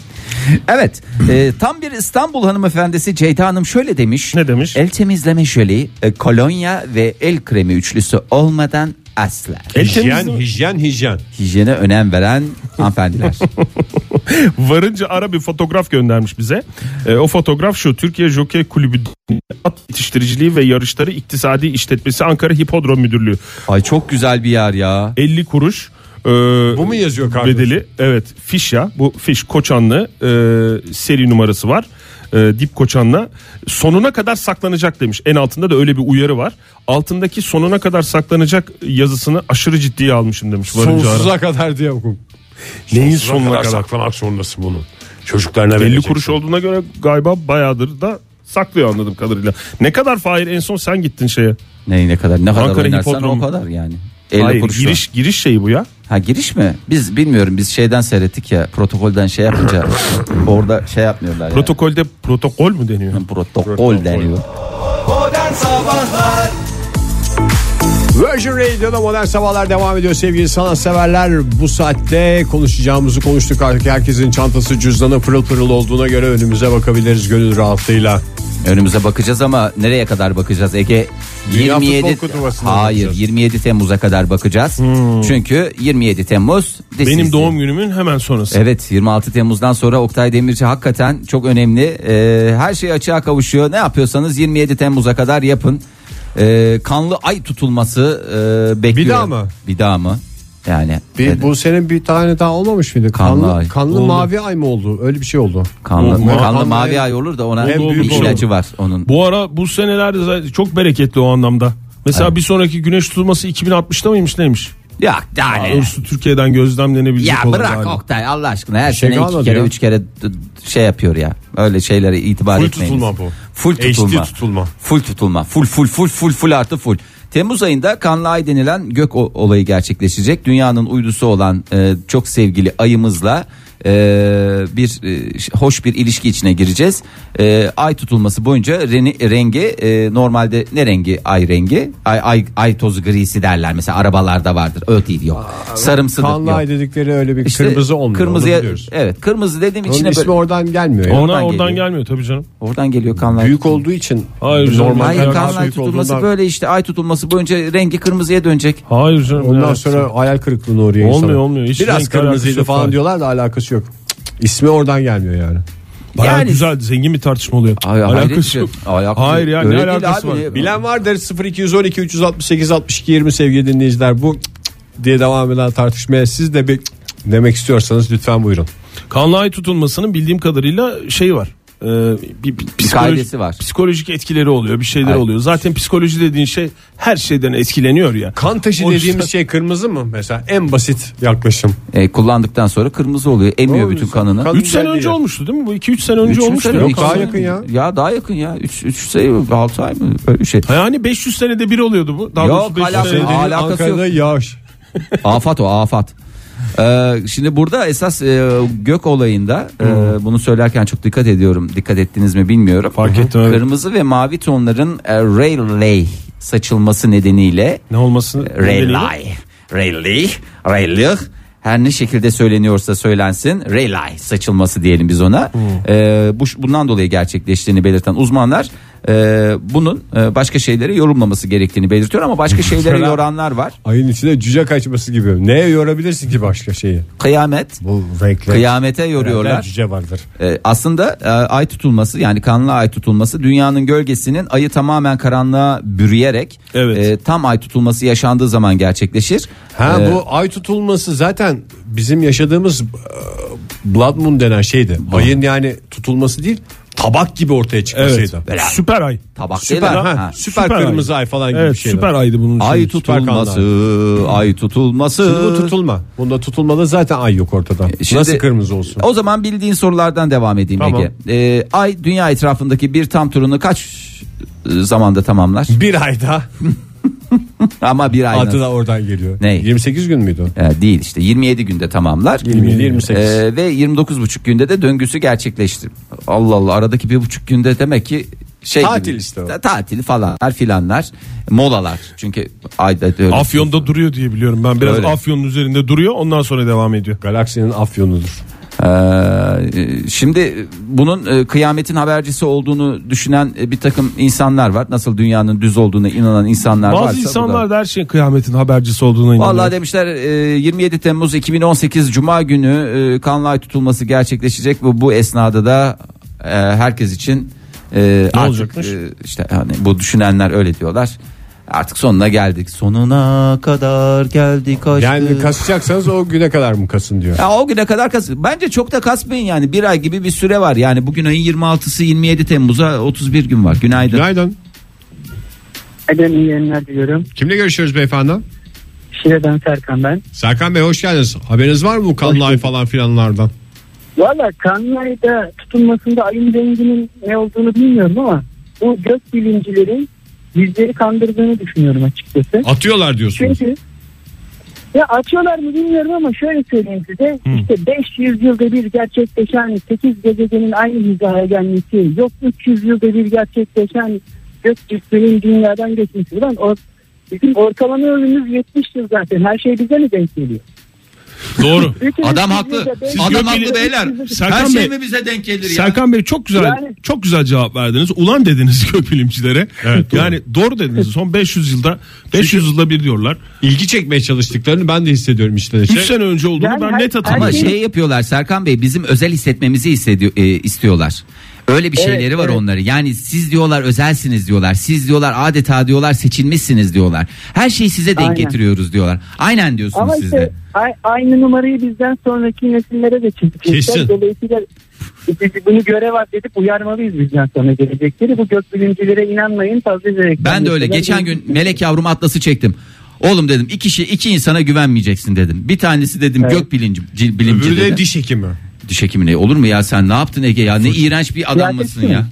S3: Evet e, tam bir İstanbul hanımefendisi Ceyda Hanım şöyle demiş.
S4: Ne demiş?
S3: El temizleme jöli, e, kolonya ve el kremi üçlüsü olmadan asla.
S4: El
S2: Hijyen,
S4: temizliği-
S2: hijyen, hijyen.
S3: Hijyene önem veren hanımefendiler.
S4: Varınca ara bir fotoğraf göndermiş bize. E, o fotoğraf şu. Türkiye Jockey Kulübü at yetiştiriciliği ve yarışları iktisadi işletmesi Ankara Hipodrom Müdürlüğü.
S3: Ay çok güzel bir yer ya.
S4: 50 kuruş. e,
S2: Bu mu yazıyor kardeşim?
S4: bedeli evet fiş ya bu fiş koçanlı e, seri numarası var E, dip koçanla sonuna kadar saklanacak demiş en altında da öyle bir uyarı var altındaki sonuna kadar saklanacak yazısını aşırı ciddiye almışım demiş varınca ara.
S2: Sonsuza kadar diye okum.
S4: Neyin sonuna kadar?
S2: saklamak zorundasın bunu. Çocuklarına
S4: 50
S2: vereceksin.
S4: kuruş olduğuna göre galiba bayağıdır da saklıyor anladığım kadarıyla. Ne kadar Fahir en son sen gittin şeye.
S3: Ne ne kadar ne kadar
S4: Ankara
S3: oynarsan
S4: Hipodromu.
S3: o kadar yani. 50
S4: Hayır,
S3: kuruşla.
S4: giriş giriş şeyi bu ya.
S3: Ha giriş mi? Biz bilmiyorum biz şeyden seyrettik ya protokolden şey yapınca orada şey yapmıyorlar. yani.
S4: Protokolde protokol mü deniyor?
S3: protokol deniyor.
S2: Virgin Radio'da modern sabahlar devam ediyor sevgili sanatseverler. Bu saatte konuşacağımızı konuştuk artık. Herkesin çantası cüzdanı pırıl pırıl olduğuna göre önümüze bakabiliriz gönül rahatlığıyla.
S3: Önümüze bakacağız ama nereye kadar bakacağız Ege?
S2: Dünya
S3: 27
S2: Futbol Kupası'na
S3: Hayır,
S2: bakacağız. Hmm.
S3: 27 Temmuz'a kadar bakacağız. Çünkü 27 Temmuz this
S4: Benim
S3: is
S4: doğum günümün hemen sonrası.
S3: Evet 26 Temmuz'dan sonra Oktay Demirci hakikaten çok önemli. Ee, her şey açığa kavuşuyor. Ne yapıyorsanız 27 Temmuz'a kadar yapın. Ee, kanlı ay tutulması e, bekliyor.
S2: daha mı?
S3: Bir daha mı? Yani
S2: Bir,
S3: evet,
S2: Bu senin bir tane daha olmamış mıydı?
S3: Kanlı
S2: Kanlı,
S3: ay.
S2: kanlı, mavi ay mı oldu? Öyle bir şey oldu.
S3: kanlı,
S4: Bu-
S3: kanlı
S2: kanlı
S3: mavi
S2: ay-
S3: ay olur da ona
S2: En
S3: bir
S2: büyük
S3: ilacı var onun.
S4: Bu ara bu seneler zaten çok bereketli o anlamda. Mesela bir sonraki güneş tutulması 2060'ta mıymış neymiş?
S3: Ya yani.
S4: Doğrusu Türkiye'den gözlemlenebilecek
S3: Ya
S4: olan
S3: bırak
S4: galiba.
S3: Oktay Allah aşkına her
S2: şey
S3: sene iki
S2: kalmadı
S3: kere
S2: ya.
S3: üç kere d- d- şey yapıyor ya. Öyle şeylere itibar
S2: Full
S3: etmeyin.
S2: tutulma bu.
S3: Full
S2: HD
S3: tutulma.
S2: tutulma.
S3: Full tutulma. Full full full full full artı full. Temmuz ayında kanlı ay denilen gök o- olayı gerçekleşecek. Dünyanın uydusu olan e, çok sevgili ayımızla e, bir e, ş- hoş bir ilişki içine gireceğiz. E, ay tutulması boyunca reni- rengi e, normalde ne rengi ay rengi? Ay, ay ay tozu grisi derler mesela arabalarda vardır. Öyle değil yok. Sarımsıdır.
S2: Kanlı
S3: yok.
S2: ay dedikleri öyle bir
S3: İşte
S2: kırmızı olmuyor.
S3: Kırmızıya,
S2: onu biliyoruz.
S3: evet kırmızı dediğim
S2: Onun
S3: içine
S2: ismi
S3: böyle,
S2: oradan gelmiyor. ya.
S4: Ona
S3: Oradan
S4: oradan,
S3: geliyor.
S4: gelmiyor. tabii canım.
S3: oradan geliyor kanlar.
S2: Büyük olduğu için
S4: Hayır canım,
S2: normal
S4: hayır,
S3: Hayır
S2: kanlı
S3: kanlar
S2: büyük
S3: tutulması
S2: olduğundan-
S3: böyle işte ay tutulması boyunca rengi kırmızıya dönecek.
S4: Hayır canım.
S2: Ondan
S4: evet.
S2: sonra hayal kırıklığına uğruyor
S4: Olmuyor,
S2: insan.
S4: olmuyor. Hiç
S2: Biraz
S4: renkli alakası
S2: kırmızıydı
S4: yok
S2: falan
S4: abi.
S2: diyorlar da alakası yok. Cık, İsmi oradan gelmiyor yani.
S4: Bayağı
S3: Yani-
S4: güzel zengin bir tartışma oluyor.
S3: Ay, hayret
S4: alakası
S3: ya.
S4: yok.
S3: Alakası-
S4: Hayır ya
S3: Öyle
S4: ne
S3: değil abi,
S4: alakası var?
S3: ne-
S2: Bilen vardır 0212 368 62 20 sevgili dinleyiciler bu cık cık diye devam eden tartışmaya siz de bir cık cık demek istiyorsanız lütfen buyurun.
S4: Kanlı ay tutulmasının bildiğim kadarıyla şeyi var. e, bir, bir psikoloji-
S3: kaidesi var.
S4: Psikolojik etkileri oluyor, bir şeyler
S3: Hayır.
S4: oluyor. Zaten psikoloji dediğin şey her şeyden etkileniyor ya.
S2: Kan taşı
S4: O
S2: dediğimiz
S4: yüzden-
S2: şey kırmızı mı mesela? En basit yaklaşım.
S3: E, kullandıktan sonra kırmızı oluyor. Emiyor
S2: Doğru.
S3: bütün kanını.
S2: Kan-
S4: 3 sene
S2: Güzel
S4: önce
S2: değil.
S4: olmuştu değil mi? Bu 2-3 sene önce
S3: Üç mü
S4: olmuştu.
S3: sene?
S2: Yok,
S3: İki
S2: daha
S3: sene
S2: yakın
S3: mi?
S2: ya.
S3: Ya daha yakın ya. 3 3 sene 6 ay mı? Böyle bir şey.
S4: Yani 500 senede bir oluyordu bu. Daha
S3: Yok,
S4: doğrusu 500
S3: hala-
S4: senede.
S3: Aa, alakası
S2: Ankara'da yağış.
S3: afat o afat. Ee, şimdi burada esas e, gök olayında e, bunu söylerken çok dikkat ediyorum. Dikkat ettiniz mi bilmiyorum.
S4: Fark ettim, evet.
S3: Kırmızı ve mavi tonların e, raylay saçılması nedeniyle
S4: Ne olmasını nedeniyle-
S3: raylay raylay raylay her ne şekilde söyleniyorsa söylensin relay saçılması diyelim biz ona. Ee, bu bundan dolayı gerçekleştiğini belirten uzmanlar e, bunun e, başka şeyleri yorumlaması gerektiğini belirtiyor ama başka şeylere
S2: Mesela-
S3: yoranlar var.
S2: Ayın içine cüce kaçması gibi. Neye yorabilirsin ki başka şeyi?
S3: Kıyamet
S2: Bu renkler.
S3: Kıyamete yoruyorlar.
S2: Cüce vardır.
S3: Ee, aslında e, ay tutulması yani kanlı ay tutulması dünyanın gölgesinin ayı tamamen karanlığa bürüyerek e,
S4: Evet.
S3: tam ay tutulması yaşandığı zaman gerçekleşir.
S2: Ha
S3: Ee,
S2: bu ay tutulması zaten bizim yaşadığımız e, Blood Moon denen şeydi. Ayın yani tutulması değil tabak gibi ortaya
S4: Evet.
S2: çıkmasıydı.
S4: Süper ay.
S3: tabak
S2: Süper,
S3: değil
S2: ha,
S3: mi? Ha.
S2: süper,
S4: Süper ay.
S2: kırmızı ay, falan gibi
S4: Evet,
S2: bir şey şeyler.
S4: süper aydı bunun.
S3: Ay
S4: şeyi. Süper kanlı ay.
S3: tutulması, ay tutulması.
S2: Şimdi bu tutulma. Bunda tutulmada zaten ay yok ortada.
S3: E, Şimdi-
S2: Nasıl kırmızı olsun?
S3: O zaman bildiğin sorulardan devam edeyim
S2: Tamam.
S3: Ege. Ee, ay dünya etrafındaki bir tam turunu kaç e, zamanda tamamlar?
S2: Bir ayda
S3: Ama bir ay
S2: adı
S3: nasıl?
S2: da oradan geliyor.
S3: Ne?
S2: 28 gün müydü? o?
S3: Ee, değil işte 27 günde tamamlar.
S2: 27, 28.
S3: Ee, ve 29,5 günde de döngüsü gerçekleşti. Allah Allah aradaki bir buçuk günde demek ki şey
S2: Tatil
S3: gibi,
S2: işte o.
S3: Ta- Tatil falanlar filanlar molalar. Çünkü ayda da öyle.
S4: Afyon'da duruyor diye biliyorum ben. Biraz
S3: şey. Öyle.
S4: Afyon'un üzerinde duruyor ondan sonra devam ediyor.
S2: Galaksinin afyonudur.
S3: Ee, şimdi bunun e, kıyametin habercisi olduğunu düşünen e, bir takım insanlar var. Nasıl dünyanın düz olduğuna inanan insanlar varsa.
S4: Bazı
S3: bu da-
S4: insanlar da her şeyin kıyametin habercisi olduğuna inanıyor.
S3: Vallahi demişler e, 27 Temmuz 2018 Cuma günü e, kanlı ay tutulması gerçekleşecek ve bu esnada da e, herkes için e, artık,
S4: olacakmış?
S3: e, işte hani bu düşünenler öyle diyorlar. Artık sonuna geldik. Sonuna kadar geldik aşkım.
S2: Yani kasacaksanız o güne kadar mı kasın diyor.
S3: Ya o güne kadar kas. Bence çok da kasmayın yani. Bir ay gibi bir süre var. Yani bugün ayın 26'sı 27 Temmuz'a 31 gün var. Günaydın.
S2: Günaydın.
S7: Eden iyi yayınlar diliyorum.
S2: Kimle görüşüyoruz beyefendi?
S7: Şile'den Serkan ben.
S2: Serkan Bey hoş geldiniz. Haberiniz var mı bu kanlı ay falan filanlardan?
S7: Valla kanlı ayda tutulmasında ayın renginin ne olduğunu bilmiyorum ama bu gök bilimcilerin bizleri kandırdığını düşünüyorum açıkçası.
S2: Atıyorlar diyorsunuz.
S7: Çünkü ya açıyorlar mı bilmiyorum ama şöyle söyleyeyim size. İşte 500 yılda bir gerçekleşen 8 gezegenin aynı hizaya gelmesi, yok 300 yılda bir gerçekleşen gök cisminin dünyadan geçmesi. Ulan o, bizim ortalama ömrümüz 70 yıl zaten. Her şey bize mi denk geliyor?
S4: Doğru.
S7: Bütün
S3: Adam
S7: bizim
S3: haklı.
S7: yüzde beş-
S3: Adam
S4: gök
S3: haklı
S4: bilim-
S3: beyler. Her
S4: Serkan
S3: şey
S4: Bey-
S3: mi bize denk gelir ya?
S4: Serkan Bey çok güzel
S7: Yani-
S4: çok güzel cevap verdiniz. Ulan dediniz gökbilimcilere.
S2: Evet, doğru.
S4: Yani doğru dediniz. Son 500 yılda 500 yılda bir diyorlar.
S2: İlgi çekmeye çalıştıklarını ben de hissediyorum işte.
S4: 3 sene önce olduğunu
S7: Yani
S4: ben
S7: her-
S4: net hatırlıyorum.
S3: Ama
S7: Herkes-
S3: şey yapıyorlar Serkan Bey bizim özel hissetmemizi hissediyor, e, istiyorlar. Öyle bir şeyleri var onların. Yani siz diyorlar özelsiniz diyorlar. Siz diyorlar adeta diyorlar seçilmişsiniz diyorlar. Her şeyi size denk
S7: Aynen.
S3: getiriyoruz diyorlar. Aynen diyorsunuz
S7: Ama
S3: siz
S7: işte
S3: de.
S7: a- aynı numarayı bizden sonraki nesillere de
S2: Kesin.
S7: çizmişler. Dolayısıyla biz bunu görev edip uyarmalıyız bizden sonra gelecekleri. Bu gökbilimcilere inanmayın fazla direkt.
S3: Ben de öyle geçen gün
S4: şey.
S3: melek yavrum atlası çektim. Oğlum dedim iki kişi iki insana güvenmeyeceksin dedim. Bir tanesi dedim
S7: Evet.
S3: gök bilinci, cil- bilimci
S2: Öbürü de
S3: dedi.
S2: diş hekimi.
S3: Diş hekimi ne olur mu ya sen ne yaptın Ege ya ne iğrenç bir adam mısın ya.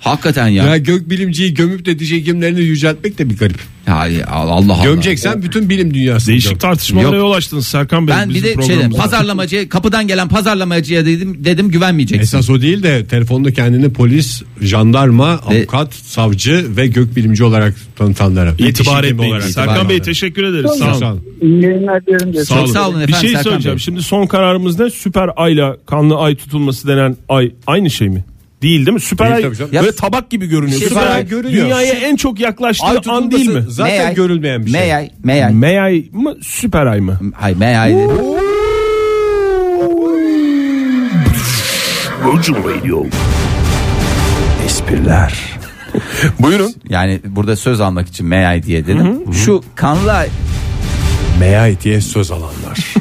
S3: Hakikaten ya.
S2: Ya gökbilimciyi gömüp de diş hekimlerini yüceltmek de bir garip.
S3: Ya Allah Allah.
S2: Gömeceksen bütün bilim dünyası.
S4: Değişik tartışmalara yol açtınız Serkan Bey.
S3: Ben bir
S4: bizim
S3: de şeyden
S4: programımızda.
S3: pazarlamacı kapıdan gelen pazarlamacıya dedim dedim güvenmeyeceksin.
S2: Esas o değil de telefonda kendini polis, jandarma,
S3: Ve-
S2: avukat, savcı ve gökbilimci olarak tanıtanlara. Ve diş
S4: İtibar
S2: hekimi
S4: etmeyin.
S2: olarak
S4: Serkan Bey
S2: tanıtanlara.
S4: teşekkür ederiz. Sağ olun.
S7: Yayınlar diyorum. diye.
S3: Çok sağ olun
S4: Bir
S3: efendim
S4: şey
S3: Serkan
S4: söyleyeceğim.
S3: Bey.
S4: Şimdi son kararımız ne? Süper ayla kanlı ay tutulması denen ay aynı şey mi? Değil değil mi? Süper
S2: Değil
S4: ay
S2: tabii canım.
S3: Ya-
S4: böyle tabak gibi görünüyor.
S3: Şey
S4: Süper
S3: var.
S4: ay
S2: Görünüyor.
S4: dünyaya en çok yaklaştığı
S2: Ay
S4: an değil mi?
S2: tutulması zaten
S3: Meyay.
S2: görülmeyen bir şey.
S3: Meyay, meyay.
S4: Mey ay mı süper ay mı?
S3: Hay meyay. dedi.
S4: Buyurun.
S3: Yani burada söz almak için meyay diye dedim. Şu kanlı
S2: Meyay diye söz alanlar.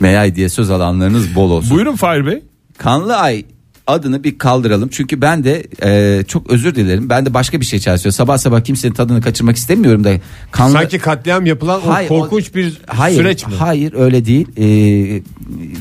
S3: meyay diye söz alanlarınız bol olsun.
S4: Buyurun Fahir Bey.
S3: Kanlı ay adını bir kaldıralım. Çünkü ben de e, çok özür dilerim. Ben de başka bir şey çalışıyorum. Sabah sabah kimsenin tadını kaçırmak istemiyorum da. Kanlı...
S2: Sanki katliam yapılan
S3: Hayır,
S2: o
S3: o-
S2: korkunç bir
S3: hayır,
S2: süreç mi?
S3: Hayır öyle değil. Ee,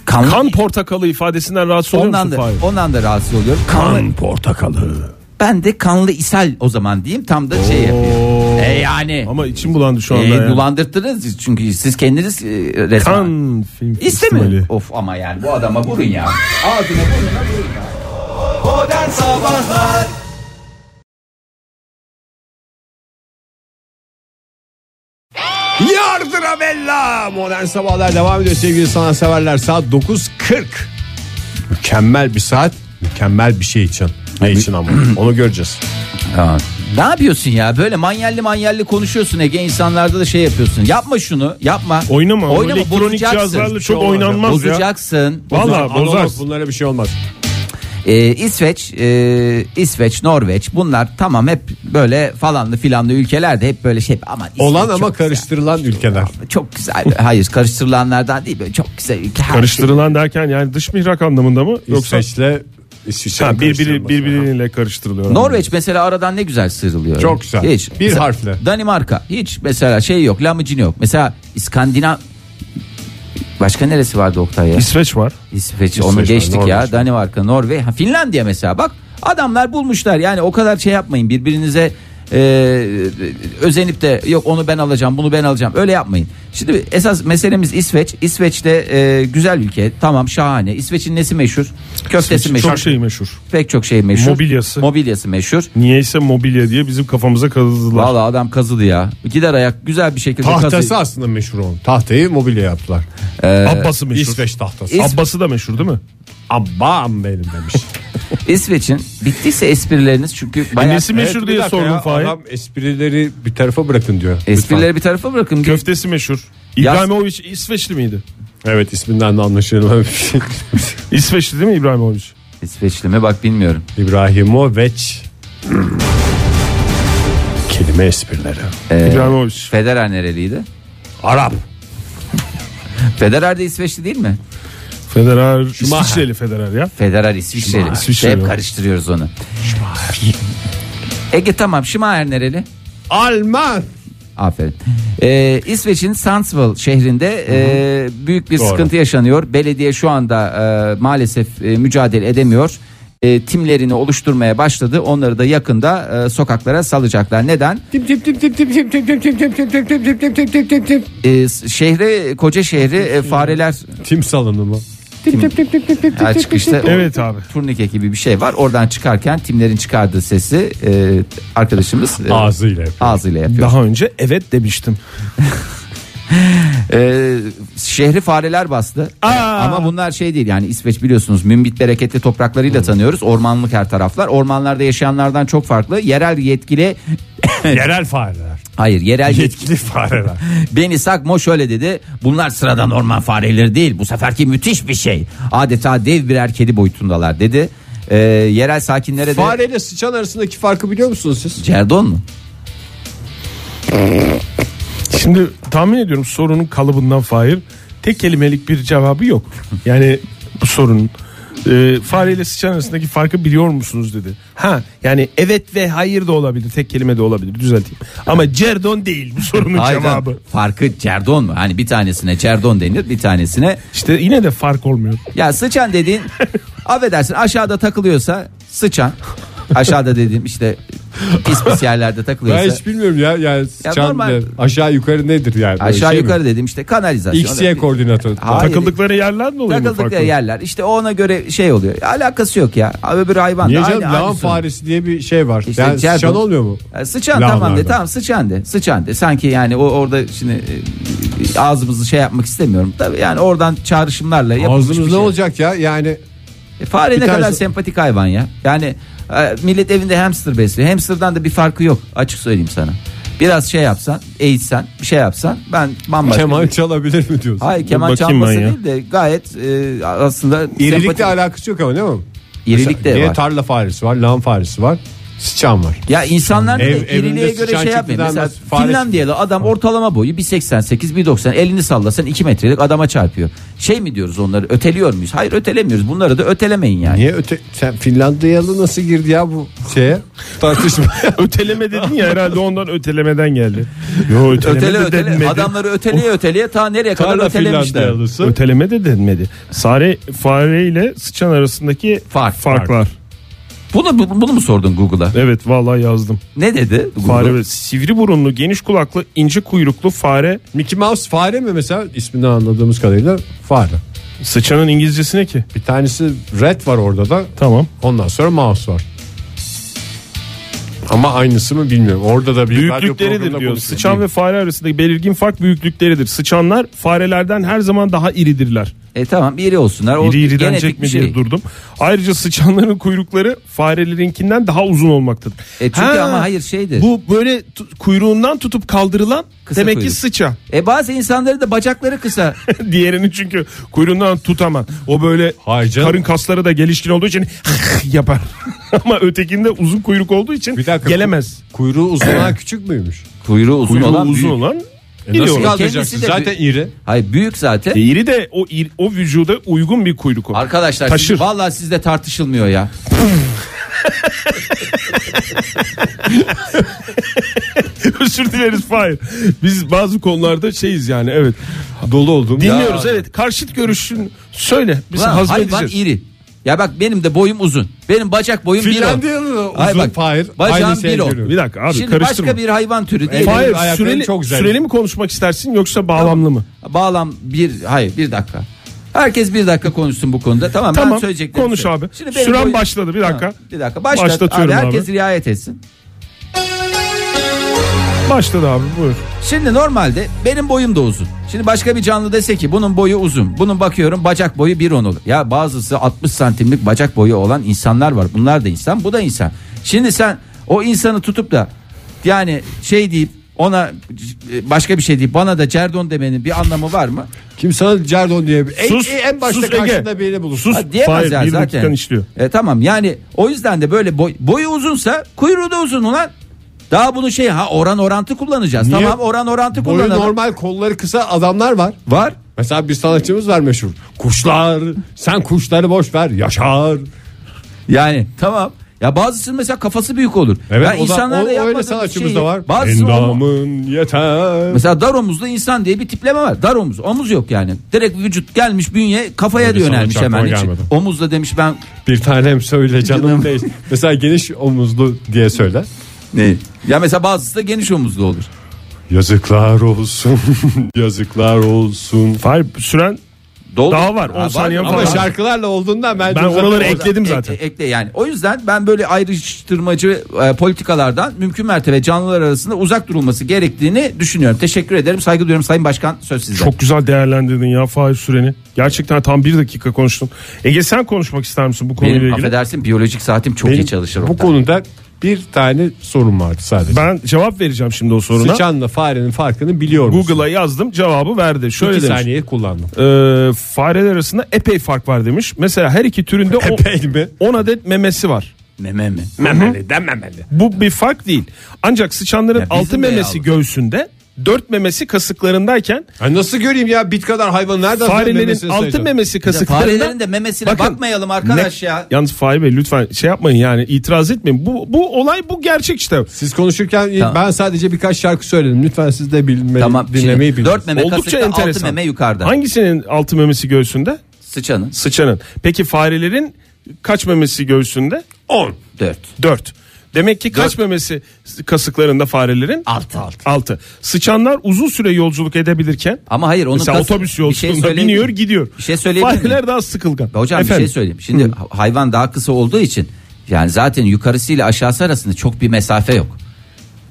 S3: kanlı...
S4: Kan portakalı ifadesinden rahatsız oluyor
S3: ondan
S4: musun
S3: da,
S4: Fahir?
S3: ondan da rahatsız oluyorum. Kanlı,
S4: Kan portakalı.
S3: ben de kanlı ishal o zaman diyeyim. Tam da şey yapıyor. E yani.
S4: Ama içim bulandı şu anda.
S3: E,
S4: ya.
S3: bulandırttınız çünkü siz kendiniz e, resmen.
S4: Kan film
S3: İstemiyor.
S4: festivali.
S3: Of ama yani bu adama vurun ya. Ağzına burnuna vurun ya.
S2: Yardıra bella modern sabahlar devam ediyor sevgili sanatseverler saat 9.40 mükemmel bir saat mükemmel bir şey için ne için ama onu göreceğiz
S3: Ya, ne yapıyorsun ya? Böyle manyelli manyelli konuşuyorsun Ege. insanlarda da şey yapıyorsun. Yapma şunu. Yapma.
S4: Oynama.
S3: Oynama.
S4: Elektronik cihazlarla
S3: Bozacaksın.
S4: çok oynanmaz ya.
S3: Bozacaksın.
S4: Vallahi
S2: Analog,
S4: bozar.
S2: bunlara bir şey olmaz
S3: Ee, İsveç, e, İsveç, Norveç bunlar tamam hep böyle falanlı filanlı ülkeler de hep böyle şey ama İsveç
S2: olan
S3: çok
S2: ama
S3: güzel.
S2: karıştırılan ülkeler
S3: Çok güzel. Hayır karıştırılanlardan değil böyle çok güzel ülke. Her şey-
S4: Karıştırılan derken yani dış mihrak anlamında mı? Yoksa
S2: İsveç'le İsviçre'nin
S4: ha, birbiri,
S2: karıştırılması.
S4: birbiriyle karıştırılıyor.
S3: Norveç mesela aradan ne güzel sıyrılıyor.
S2: Çok güzel. Bir
S3: Mesela
S2: harfle.
S3: Danimarka hiç mesela şey yok lamıcın yok. Mesela İskandinav Başka neresi vardı Oktay ya?
S4: İsveç var.
S3: İsveç
S2: İsveç
S3: onu
S2: var,
S3: geçtik
S2: Norveç var.
S3: ya. Danimarka, Norveç, ha, Finlandiya mesela. Bak adamlar bulmuşlar. Yani o kadar şey yapmayın. Birbirinize e, özenip de yok onu ben alacağım, bunu ben alacağım. Öyle yapmayın. Şimdi esas meselemiz İsveç. İsveç'te e, güzel ülke. Tamam şahane. İsveç'in nesi meşhur? Köftesi meşhur.
S4: Çok şey meşhur.
S3: Pek çok şey meşhur.
S4: Mobilyası.
S3: Mobilyası meşhur.
S4: Niyeyse mobilya diye bizim kafamıza kazıdılar.
S3: Valla adam kazıdı ya. Gider ayak güzel bir şekilde
S2: tahtası
S3: kazı. Ee,
S2: aslında meşhur onun tahtayı mobilya yaptılar
S4: Abbası meşhur.
S2: İsveç tahtası
S3: İs-
S4: Abbası da meşhur değil mi?
S2: abbam benim demiş
S3: İsveç'in bittiyse esprileriniz çünkü
S4: E,
S3: bayağı...
S4: Nesi meşhur
S2: bir
S4: diye
S2: dakika
S4: sordum
S2: ya,
S4: Fahir.
S2: adam esprileri bir tarafa bırakın diyor
S3: Esprileri bir tarafa bırakın. Gidin-
S4: Köftesi meşhur. İbrahimovic İsveçli miydi?
S2: Lütfen. evet isminden de anlaşılan bir şey
S4: İsveçli değil mi İbrahimovic?
S3: İsveçli mi bak bilmiyorum.
S2: İbrahimovic. Kelime esprileri.
S4: İbrahimovic.
S3: Federer nereliydi?
S2: Arap.
S3: Federer de İsveçli değil mi?
S4: Federer. İsviçreli Federer ya.
S3: Federer İsviçreli.
S4: İsviçreli.
S3: Hep karıştırıyoruz onu. Ege tamam. Şimaer nereli?
S2: Alman.
S3: Aferin. Ee, İsveç'in Sandsvall şehrinde e, büyük bir
S2: Doğru.
S3: sıkıntı yaşanıyor. Belediye şu anda e, maalesef e, mücadele edemiyor. E, timlerini oluşturmaya başladı. Onları da yakında e, sokaklara salacaklar. Neden?
S2: Tip tip tip tip tip tip tip tip tip tip tip tip tip tip tip tip tip tip.
S3: E, şehre, koca şehri e, fareler
S2: Tim salını mı?
S3: Ha, çıkışta o
S4: Evet abi.
S3: turnike gibi bir şey var. Oradan çıkarken timlerin çıkardığı sesi e, arkadaşımız e,
S2: Ağzıyla yapıyor.
S3: ağzıyla yapıyor.
S4: Daha önce evet demiştim.
S3: E, şehri fareler bastı. Ama bunlar şey değil yani İsveç biliyorsunuz mümbit bereketli topraklarıyla tanıyoruz. Ormanlık her taraflar. Ormanlarda yaşayanlardan çok farklı. Yerel yetkili
S2: Yerel fareler.
S3: hayır yerel yetkili
S2: Yetkili fareler.
S3: Beni Sakmo şöyle dedi. Bunlar sıradan orman fareleri değil. Bu seferki müthiş bir şey. Adeta dev birer kedi boyutundalar dedi. E, yerel sakinlere de
S2: Fare ile sıçan arasındaki farkı biliyor musunuz siz?
S3: Cerdon mu?
S4: Şimdi tahmin ediyorum sorunun kalıbından Fahir. Tek kelimelik bir cevabı yok. Yani bu sorunun. Ee, fare ile sıçan arasındaki farkı biliyor musunuz dedi. Ha yani evet ve hayır da olabilir. Tek kelime de olabilir. Düzelteyim. Ama cerdon değil bu sorunun
S3: Hayır,
S4: cevabı.
S3: Farkı cerdon mu? Hani bir tanesine cerdon denir bir tanesine.
S4: İşte yine de fark olmuyor.
S3: Ya sıçan dediğin affedersin aşağıda takılıyorsa sıçan. Aşağıda dediğim işte pis pis yerlerde
S2: Ben
S3: takılıyorsa.
S2: hiç bilmiyorum ya. Yani sıçan
S3: normal-
S2: ne? aşağı yukarı nedir yani? Böyle
S3: Aşağı
S2: şey mi?
S3: yukarı dedim işte kanalizasyon.
S2: X, Y koordinatı.
S3: Hayır.
S4: Takıldıkları yerlerden dolayı mı fark
S3: Takıldıkları
S4: olmuyor?
S3: yerler işte ona göre şey oluyor. Alakası yok ya. Öbür hayvan
S2: Niye
S3: da
S2: canım?
S3: aynı, aynı
S2: Lağım
S3: sorun.
S2: faresi diye bir şey var.
S3: İşte
S2: yani
S3: cerdon.
S2: sıçan olmuyor mu?
S3: Ya Sıçan
S2: Lağım
S3: tamam de
S2: nereden?
S3: tamam sıçan de sıçan de sanki yani o orada şimdi e, ağzımızı şey yapmak istemiyorum tabii yani oradan çağrışımlarla yapılmış
S2: Ağzımız
S3: bir
S2: ne
S3: şey.
S2: olacak ya? Yani
S3: E, fare
S2: Bir
S3: ne kadar
S2: tanesi-
S3: sempatik hayvan ya. Yani e, millet evinde hamster besliyor. Hamsterdan da bir farkı yok açık söyleyeyim sana. Biraz şey yapsan, eğitsen, bir şey yapsan ben bambaşka.
S2: keman çalabilir mi diyorsun?
S3: Hayır keman
S4: Bakayım ben
S3: çalması
S4: ya.
S3: değil de gayet e, aslında
S2: İrilikle
S3: sempatik-
S2: alakası yok ama değil mi?
S3: İrilik de
S2: Niye
S3: var.
S2: tarla faresi var, lağım faresi var. Sıçan var.
S3: Ya insanlar da
S2: Ev- evinde
S3: iriliğe göre
S2: sıçan
S3: şey yapmayın.
S2: çıktı
S3: Mesela
S2: denmez, fare
S3: Finlandiyalı adam ortalama boyu 1.88 1.90 elini sallasan 2 metrelik adama çarpıyor. Şey mi diyoruz onları öteliyor muyuz? Hayır ötelemiyoruz. Bunları da ötelemeyin yani.
S2: Niye öte sen Finlandiyalı nasıl girdi ya bu şeye? Tartışma.
S4: Öteleme dedin ya herhalde ondan ötelemeden geldi. Yo öteleme
S3: Ötele
S4: de
S3: ötele
S4: denmedi.
S3: adamları öteleye öteleye ta nereye kadar
S4: Tarla
S3: ötelemişler.
S4: Finlandiyalısı. Öteleme de denmedi. Sare, fare ile sıçan arasındaki
S3: Fark.
S4: fark var.
S3: Bunu, bu- bunu mu sordun Google'a?
S4: Evet vallahi yazdım.
S3: Ne dedi Google?
S4: Fare ve sivri burunlu, geniş kulaklı, ince kuyruklu fare.
S2: Mickey Mouse fare mi mesela isminden anladığımız kadarıyla fare.
S4: Sıçanın İngilizcesi ne ki?
S2: Bir tanesi red var orada da
S4: Tamam.
S2: ondan sonra mouse var. Ama aynısı mı bilmiyorum. Orada da bir radyo
S4: Büyüklükleridir
S2: programında
S4: diyor.
S2: konuşuyor.
S4: Sıçan ve fare arasındaki belirgin fark büyüklükleridir. Sıçanlar farelerden her zaman daha iridirler.
S3: E tamam iri olsunlar. O
S4: İri iri denecek
S3: genetik bir
S4: mi diye
S3: şey.
S4: durdum. Ayrıca sıçanların kuyrukları farelerinkinden daha uzun olmaktadır.
S3: E çünkü ama hayır şeydir.
S4: Bu böyle tu- kuyruğundan tutup kaldırılan
S3: Kısa
S4: demek
S3: kuyruk.
S4: ki sıçan.
S3: E bazı insanların da bacakları kısa.
S4: Diğerini çünkü kuyruğundan tutamaz. O böyle
S2: Hayır canım.
S4: karın kasları da gelişkin olduğu için yapar. Ama ötekinde uzun kuyruk olduğu için
S2: Bir dakika.
S4: gelemez.
S2: Kuyruğu uzunluğa küçük müymüş?
S3: Kuyruğu uzun
S4: Kuyruğu
S3: olan
S4: uzun
S3: büyük.
S4: olan
S2: E nasıl
S4: iri olan.
S2: kaldıracaksın?
S3: Kendisi de
S2: Zaten iri.
S3: Hayır büyük zaten.
S4: E, iri de o iri- o vücuda uygun bir kuyruk o.
S3: Arkadaşlar
S4: Taşır.
S3: siz- vallahi sizde tartışılmıyor ya.
S4: Özür dileriz Fahir. Biz bazı konularda şeyiz yani evet.
S2: Dolu oldum.
S4: Dinliyoruz evet. Karşıt görüşün söyle. Biz
S3: Ulan, hayır bak
S4: hazmedeceğiz.
S3: iri. Ya bak benim de boyum uzun. Benim bacak boyum bir o.
S2: Finlandiyalı da
S3: Hayır
S2: uzun
S3: bak,
S2: Fahir.
S3: bacağım
S2: Aynı şeye
S3: bir o.
S2: görüyorum.
S4: şey Bir dakika abi
S3: Şimdi
S4: karıştırma.
S3: başka bir hayvan türü değil.
S2: Benim
S4: Fahir
S2: ayaklarım
S4: süreli,
S2: çok zayıf.
S4: süreli mi konuşmak istersin yoksa bağlamlı mı?
S3: Bağlam bir hayır bir dakika. Herkes bir dakika konuşsun bu konuda. Tamam, ben
S4: Tamam,
S3: söyleyeceklerim.
S4: konuş
S3: söyleyeyim.
S4: abi.
S3: benim
S4: Süren başladı, bir dakika.
S3: bir dakika başlat.
S4: Başlatıyorum
S3: abi, herkes
S4: abi.
S3: riayet etsin.
S4: Başladı abi buyur.
S3: Şimdi normalde benim boyum da uzun. Şimdi başka bir canlı dese ki bunun boyu uzun. Bunun bakıyorum bacak boyu bir on olur. Ya bazısı 60 santimlik bacak boyu olan insanlar var. Bunlar da insan bu da insan. Şimdi sen o insanı tutup da yani şey deyip ona e, başka bir şey deyip bana da cerdon demenin bir anlamı var mı?
S2: Kim sana Cerdon diye bir... En-
S4: Sus,
S2: en, başta
S4: sus Ege.
S2: karşında birini bulursun.
S4: Sus.
S3: Ha, diyemez
S4: Hayır,
S3: ya
S4: bir
S3: zaten.
S4: dakikan işliyor.
S3: E, tamam yani o yüzden de böyle boy- boyu uzunsa kuyruğu da uzun ulan. Daha bunu şey ha oran orantı kullanacağız.
S2: Niye?
S3: Tamam oran orantı
S2: Boyu
S3: kullanalım.
S2: normal kolları kısa adamlar var.
S3: Var.
S2: Mesela bir sanatçımız var meşhur. Kuşlar. Sen kuşları boş ver. Yaşar.
S3: Yani tamam. Ya bazısının mesela kafası büyük olur.
S2: Evet,
S3: ya
S2: o da- şey o-
S3: insanlar
S2: o
S3: da
S2: öyle
S3: yapmadığımız
S2: sanatçımız
S3: şeyi-
S2: da var.
S3: Bazısı omuz-
S2: Endamın yeter.
S3: mesela dar omuzlu insan diye bir tipleme var. Dar omuz. Omuz yok yani. Direkt vücut gelmiş bünye kafaya
S2: Öyle
S3: yönelmiş
S2: sanatçı
S3: hemen.
S2: aklıma
S3: içi.
S2: gelmedi.
S3: Omuzla demiş ben
S2: Bir tanem söyle canım
S3: Canım.
S2: değil. Mesela geniş omuzlu diye söyle.
S3: ne? Ya mesela bazısı da geniş omuzlu olur.
S2: Yazıklar olsun. yazıklar olsun.
S4: Fahir süren
S3: Doldu.
S4: daha var. 10
S3: var.
S4: saniye
S3: Ama
S4: falan.
S2: Ama şarkılarla olduğundan bence
S4: Ben
S2: zaten
S4: oraları
S2: orada-
S4: ekledim
S3: Ek-
S4: zaten.
S3: e- ekle yani. O yüzden ben böyle ayrıştırmacı e, politikalardan mümkün mertebe canlılar arasında uzak durulması gerektiğini düşünüyorum. Teşekkür ederim. Saygı duyuyorum Sayın Başkan. Söz sizde.
S4: Çok güzel değerlendirdin ya Fahir süreni. Gerçekten tam bir dakika konuştun. Ege sen konuşmak ister misin bu konuyla
S3: Benim
S4: ilgili?
S3: affedersin biyolojik saatim çok iyi çalışır.
S2: Bu
S3: Oktay.
S2: konuda bir tane sorun vardı sadece.
S4: Ben cevap vereceğim şimdi o soruna.
S2: Sıçanla farenin farkını biliyor musun?
S4: Google'a yazdım cevabı verdi. Şöyle
S2: İki
S4: demiş.
S2: saniye kullandım.
S4: Ee, fareler arasında epey fark var demiş. Mesela her iki türünde o-
S2: Epey mi?
S4: 10 adet memesi var.
S3: Meme mi?
S2: Memeli dememeli.
S4: Bu bir fark değil. Ancak sıçanların
S3: Ya bizim
S4: 6
S3: de
S4: memesi
S3: yavrum.
S4: göğsünde, 4 memesi kasıklarındayken
S2: Ay nasıl göreyim ya bit kadar hayvan nereden
S4: farelerin
S2: memesini
S4: 6
S2: sayacağım?
S4: memesi kasıklarında
S3: Farelerin de memesine
S4: Bakın,
S3: bakmayalım arkadaş
S4: Ne-
S3: ya.
S4: Yalnız Fahir Bey lütfen şey yapmayın yani itiraz etmeyin. Bu, bu olay bu gerçek işte.
S2: Siz konuşurken
S3: Tamam.
S2: ben sadece birkaç şarkı söyledim. Lütfen siz de bilme,
S3: Tamam, şimdi
S2: dinlemeyi bilin.
S3: dört meme
S4: şey Oldukça
S3: kasıkta,
S4: enteresan.
S3: altı meme yukarıda.
S4: Hangisinin 6 memesi göğsünde?
S3: Sıçanın.
S4: Sıçanın. Peki farelerin kaç memesi göğsünde? 10.
S3: Dört.
S4: 4. Demek ki kaç memesi kasıklarında farelerin?
S3: Altı. Altı.
S4: 6. Sıçanlar uzun süre yolculuk edebilirken
S3: Ama hayır onun
S4: mesela
S3: kas-
S4: otobüs
S3: bir şey
S4: yolculuğunda
S3: söyleyebilir
S4: biniyor
S3: miyim?
S4: gidiyor.
S3: Bir şey söyleyebilir miyim?
S4: Fareler daha sıkılgan.
S3: Hocam bir şey söyleyeyim. Şimdi ha- hayvan daha kısa olduğu için yani zaten yukarısıyla aşağısı arasında çok bir mesafe yok.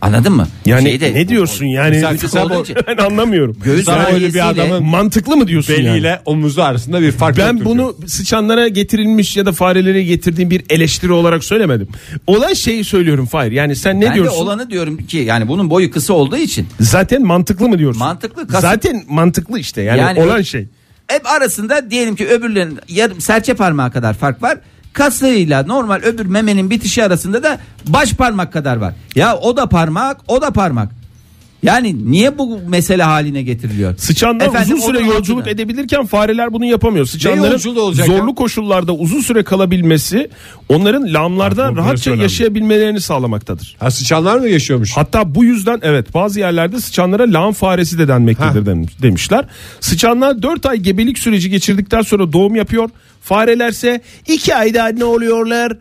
S3: Anladın mı?
S4: Yani
S3: Şeyde-
S4: ne diyorsun yani?
S2: Mesela
S3: Vücut olduğu için.
S4: ben anlamıyorum.
S3: Göğüs
S2: Sana öyle bir
S3: harbiyesiyle-
S2: adamın-
S4: Mantıklı mı diyorsun yani?
S2: Beliyle omuzu arasında bir fark
S4: Ben
S2: yoktur
S4: bunu
S2: diyorum.
S4: sıçanlara getirilmiş ya da farelere getirdiğim bir eleştiri olarak söylemedim. Olay şeyi söylüyorum Fahir. Yani sen ne
S3: ben
S4: diyorsun?
S3: de olanı diyorum ki yani bunun boyu kısa olduğu için
S4: Zaten mantıklı mı diyorsun?
S3: Mantıklı, kasıt-
S4: Zaten mantıklı işte. Yani,
S3: Yani-
S4: olan şey.
S3: hep arasında diyelim ki öbürlerin yarım serçe parmağı kadar fark var. kaslarıyla normal öbür memenin bitişi arasında da baş parmak kadar var. Ya o da parmak, o da parmak. Yani niye bu mesele haline getiriliyor?
S4: Sıçanlar
S3: Efendim,
S4: uzun süre
S3: onun
S4: yolculuk
S3: altına-
S4: edebilirken fareler bunu yapamıyor. Sıçanların
S2: yolculuğu olacak
S4: zorlu koşullarda uzun süre kalabilmesi onların lamlarda
S2: bu biraz
S4: rahatça
S2: önemli.
S4: yaşayabilmelerini sağlamaktadır.
S2: Ha sıçanlar mı yaşıyormuş?
S4: Hatta bu yüzden evet bazı yerlerde sıçanlara lağım faresi de denmektedir dem- demişler. Sıçanlar 4 ay gebelik süreci geçirdikten sonra doğum yapıyor. Farelerse 2 ayda ne oluyorlar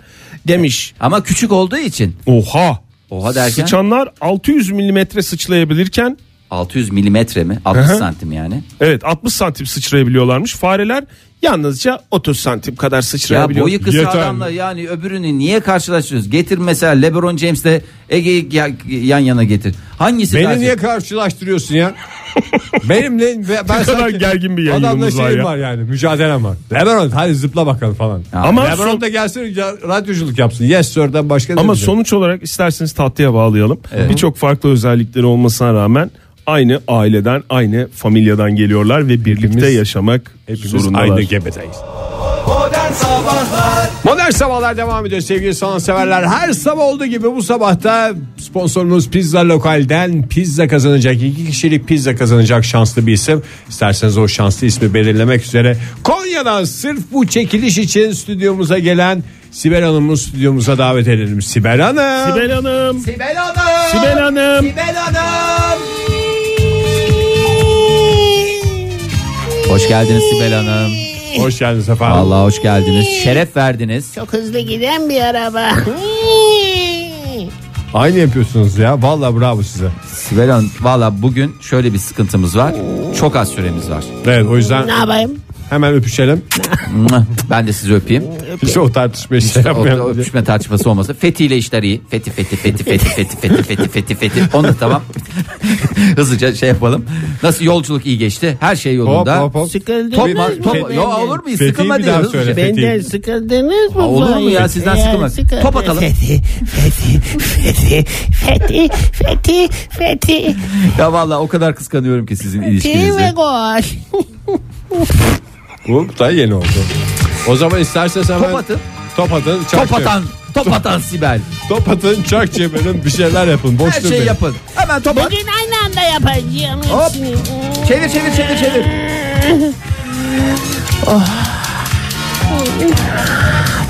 S4: demiş.
S3: Ama küçük olduğu için
S4: Oha.
S3: Oha derken?
S4: Sıçanlar 600 milimetre sıçrayabilirken
S3: 600 milimetre mi? 60 santim yani.
S4: Evet 60 santim sıçrayabiliyorlarmış. Fareler yalnızca 30 santim kadar
S3: Ya
S4: sıçrayabiliyor.
S3: boyu kısa
S4: Yeter.
S3: adamla yani öbürünü niye karşılaştırıyoruz? Getir mesela LeBron James'le Ege'yi ya- yan yana getir. Hangisi daha-
S2: Beni niye karşılaştırıyorsun ya? Benimle ben
S4: Ne kadar
S2: sanki
S4: gergin bir
S2: adamla
S4: yayınımız var
S2: şeyim
S4: ya.
S2: var yani mücadelem var. Lebron hadi zıpla bakalım falan.
S4: Ama
S2: Lebron
S4: son-
S2: da gelsin ya- radyoculuk yapsın. Yes sir'den başka ne
S4: Ama
S2: diyecek?
S4: sonuç olarak isterseniz tatlıya bağlayalım. Birçok farklı özellikleri olmasına rağmen aynı aileden, aynı familyadan geliyorlar ve birlikte yaşamak
S2: Hepimiz
S4: zorundalar.
S2: aynı gemideyiz. Modern Sabahlar devam ediyor sevgili sanatseverler. Her sabah olduğu gibi bu sabahta sponsorumuz Pizza Lokal'den pizza kazanacak. iki kişilik pizza kazanacak şanslı bir isim. İsterseniz o şanslı ismi belirlemek üzere Konya'dan sırf bu çekiliş için stüdyomuza gelen Sibel Hanım'ı stüdyomuza davet edelim. Sibel Hanım.
S4: Sibel Hanım,
S3: Sibel Hanım!
S4: Sibel Hanım.
S3: Sibel Hanım! Hoş geldiniz Sibel Hanım.
S2: Hoş geldiniz efendim.
S3: Vallahi hoş geldiniz. Şeref verdiniz.
S8: Çok hızlı giden bir araba.
S2: Aynı yapıyorsunuz ya. Vallahi bravo size.
S3: Sibel Hanım valla bugün şöyle bir sıkıntımız var. Çok az süremiz var.
S2: Evet o yüzden
S8: ne yapayım?
S2: hemen öpüşelim.
S3: Ben de sizi öpeyim.
S2: Hiç o tartışma işte
S3: O,
S2: yapmayalım.
S3: o
S2: diye.
S3: öpüşme tartışması olmasa. Fethi ile işler iyi. Fethi Fethi Fethi Fethi Fethi Fethi Fethi Fethi Fethi. Onu da tamam. Hızlıca şey yapalım. Nasıl yolculuk iyi geçti? Her şey
S2: Hop
S3: yolunda.
S2: hop hop.
S8: Sıkıldınız
S3: Topla,
S8: mı?
S3: topla.
S8: benden?
S3: Yo, olur mu?
S2: Fethi'yi
S3: Sıkılma
S2: bir
S3: diye
S2: daha
S3: hızlıca.
S2: söyle.
S3: Ben-
S8: Benden
S2: Fethi'yi.
S8: sıkıldınız mı?
S3: Aa, olur mu ya? Sizden
S8: Eğer
S3: sıkılmaz.
S8: sıkıldınız-
S3: Top atalım.
S8: Fethi, Fethi, Fethi, Fethi, Fethi, Fethi,
S3: Ya valla o kadar kıskanıyorum ki sizin
S8: Fethi ve
S3: ilişkinizi.
S8: koş.
S2: Bu da yeni oldu. O zaman istersen sen
S3: Top atın.
S2: Top atın. Çark
S3: Top atan. Top atan Sibel.
S2: çevirin. Top atın. Çark çevirin. Bir şeyler yapın. Boş
S3: Her şeyi
S2: durmayın.
S3: yapın. Hemen top at.
S8: Bugün aynı anda yapacağım.
S3: Hop. Çevir çevir çevir çevir.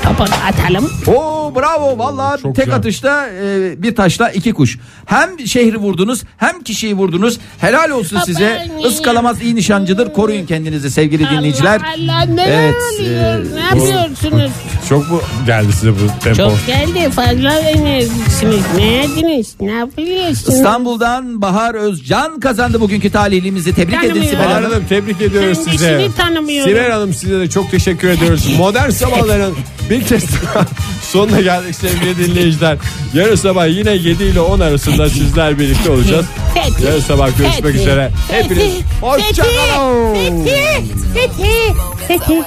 S8: Topu da atalım.
S3: Oo bravo valla tek
S2: güzel.
S3: atışta e, bir taşla iki kuş. Hem şehri vurdunuz hem kişiyi vurdunuz. Helal olsun
S8: Baba
S3: size.
S8: anne.
S3: Iskalamaz iyi nişancıdır. Koruyun kendinizi sevgili dinleyiciler.
S8: Allah Allah neler
S3: Evet,
S8: oluyor?
S3: e,
S8: ne yapıyorsunuz?
S2: Çok mu geldi size bu tempo?
S8: Çok geldi fazla enerjisiniz. Ne yediniz? Ne yapıyorsunuz?
S3: İstanbul'dan Bahar Özcan kazandı bugünkü talihlimizi. Tebrik edin
S8: Tanımıyorum.
S3: Sibel
S2: Bahar
S3: Hanım.
S2: Hanım tebrik ediyoruz
S8: Kendisini
S2: size.
S8: tanımıyorum.
S2: Sibel Hanım size de çok teşekkür ediyoruz. Modern sabahların bir kez daha sonuna geldik sevgili dinleyiciler. Yarın sabah yine 7 ile 10 arasında sizler birlikte olacağız.
S8: Fethi.
S2: Yarın sabah görüşmek
S8: Fethi.
S2: üzere.
S8: Fethi.
S2: Hepiniz hoşçakalın.
S8: Fethi. Fethi. Fethi.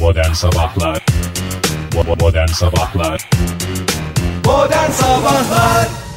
S9: Modern Sabahlar Bo- bo- Modern Sabahlar
S2: Modern sabahlar.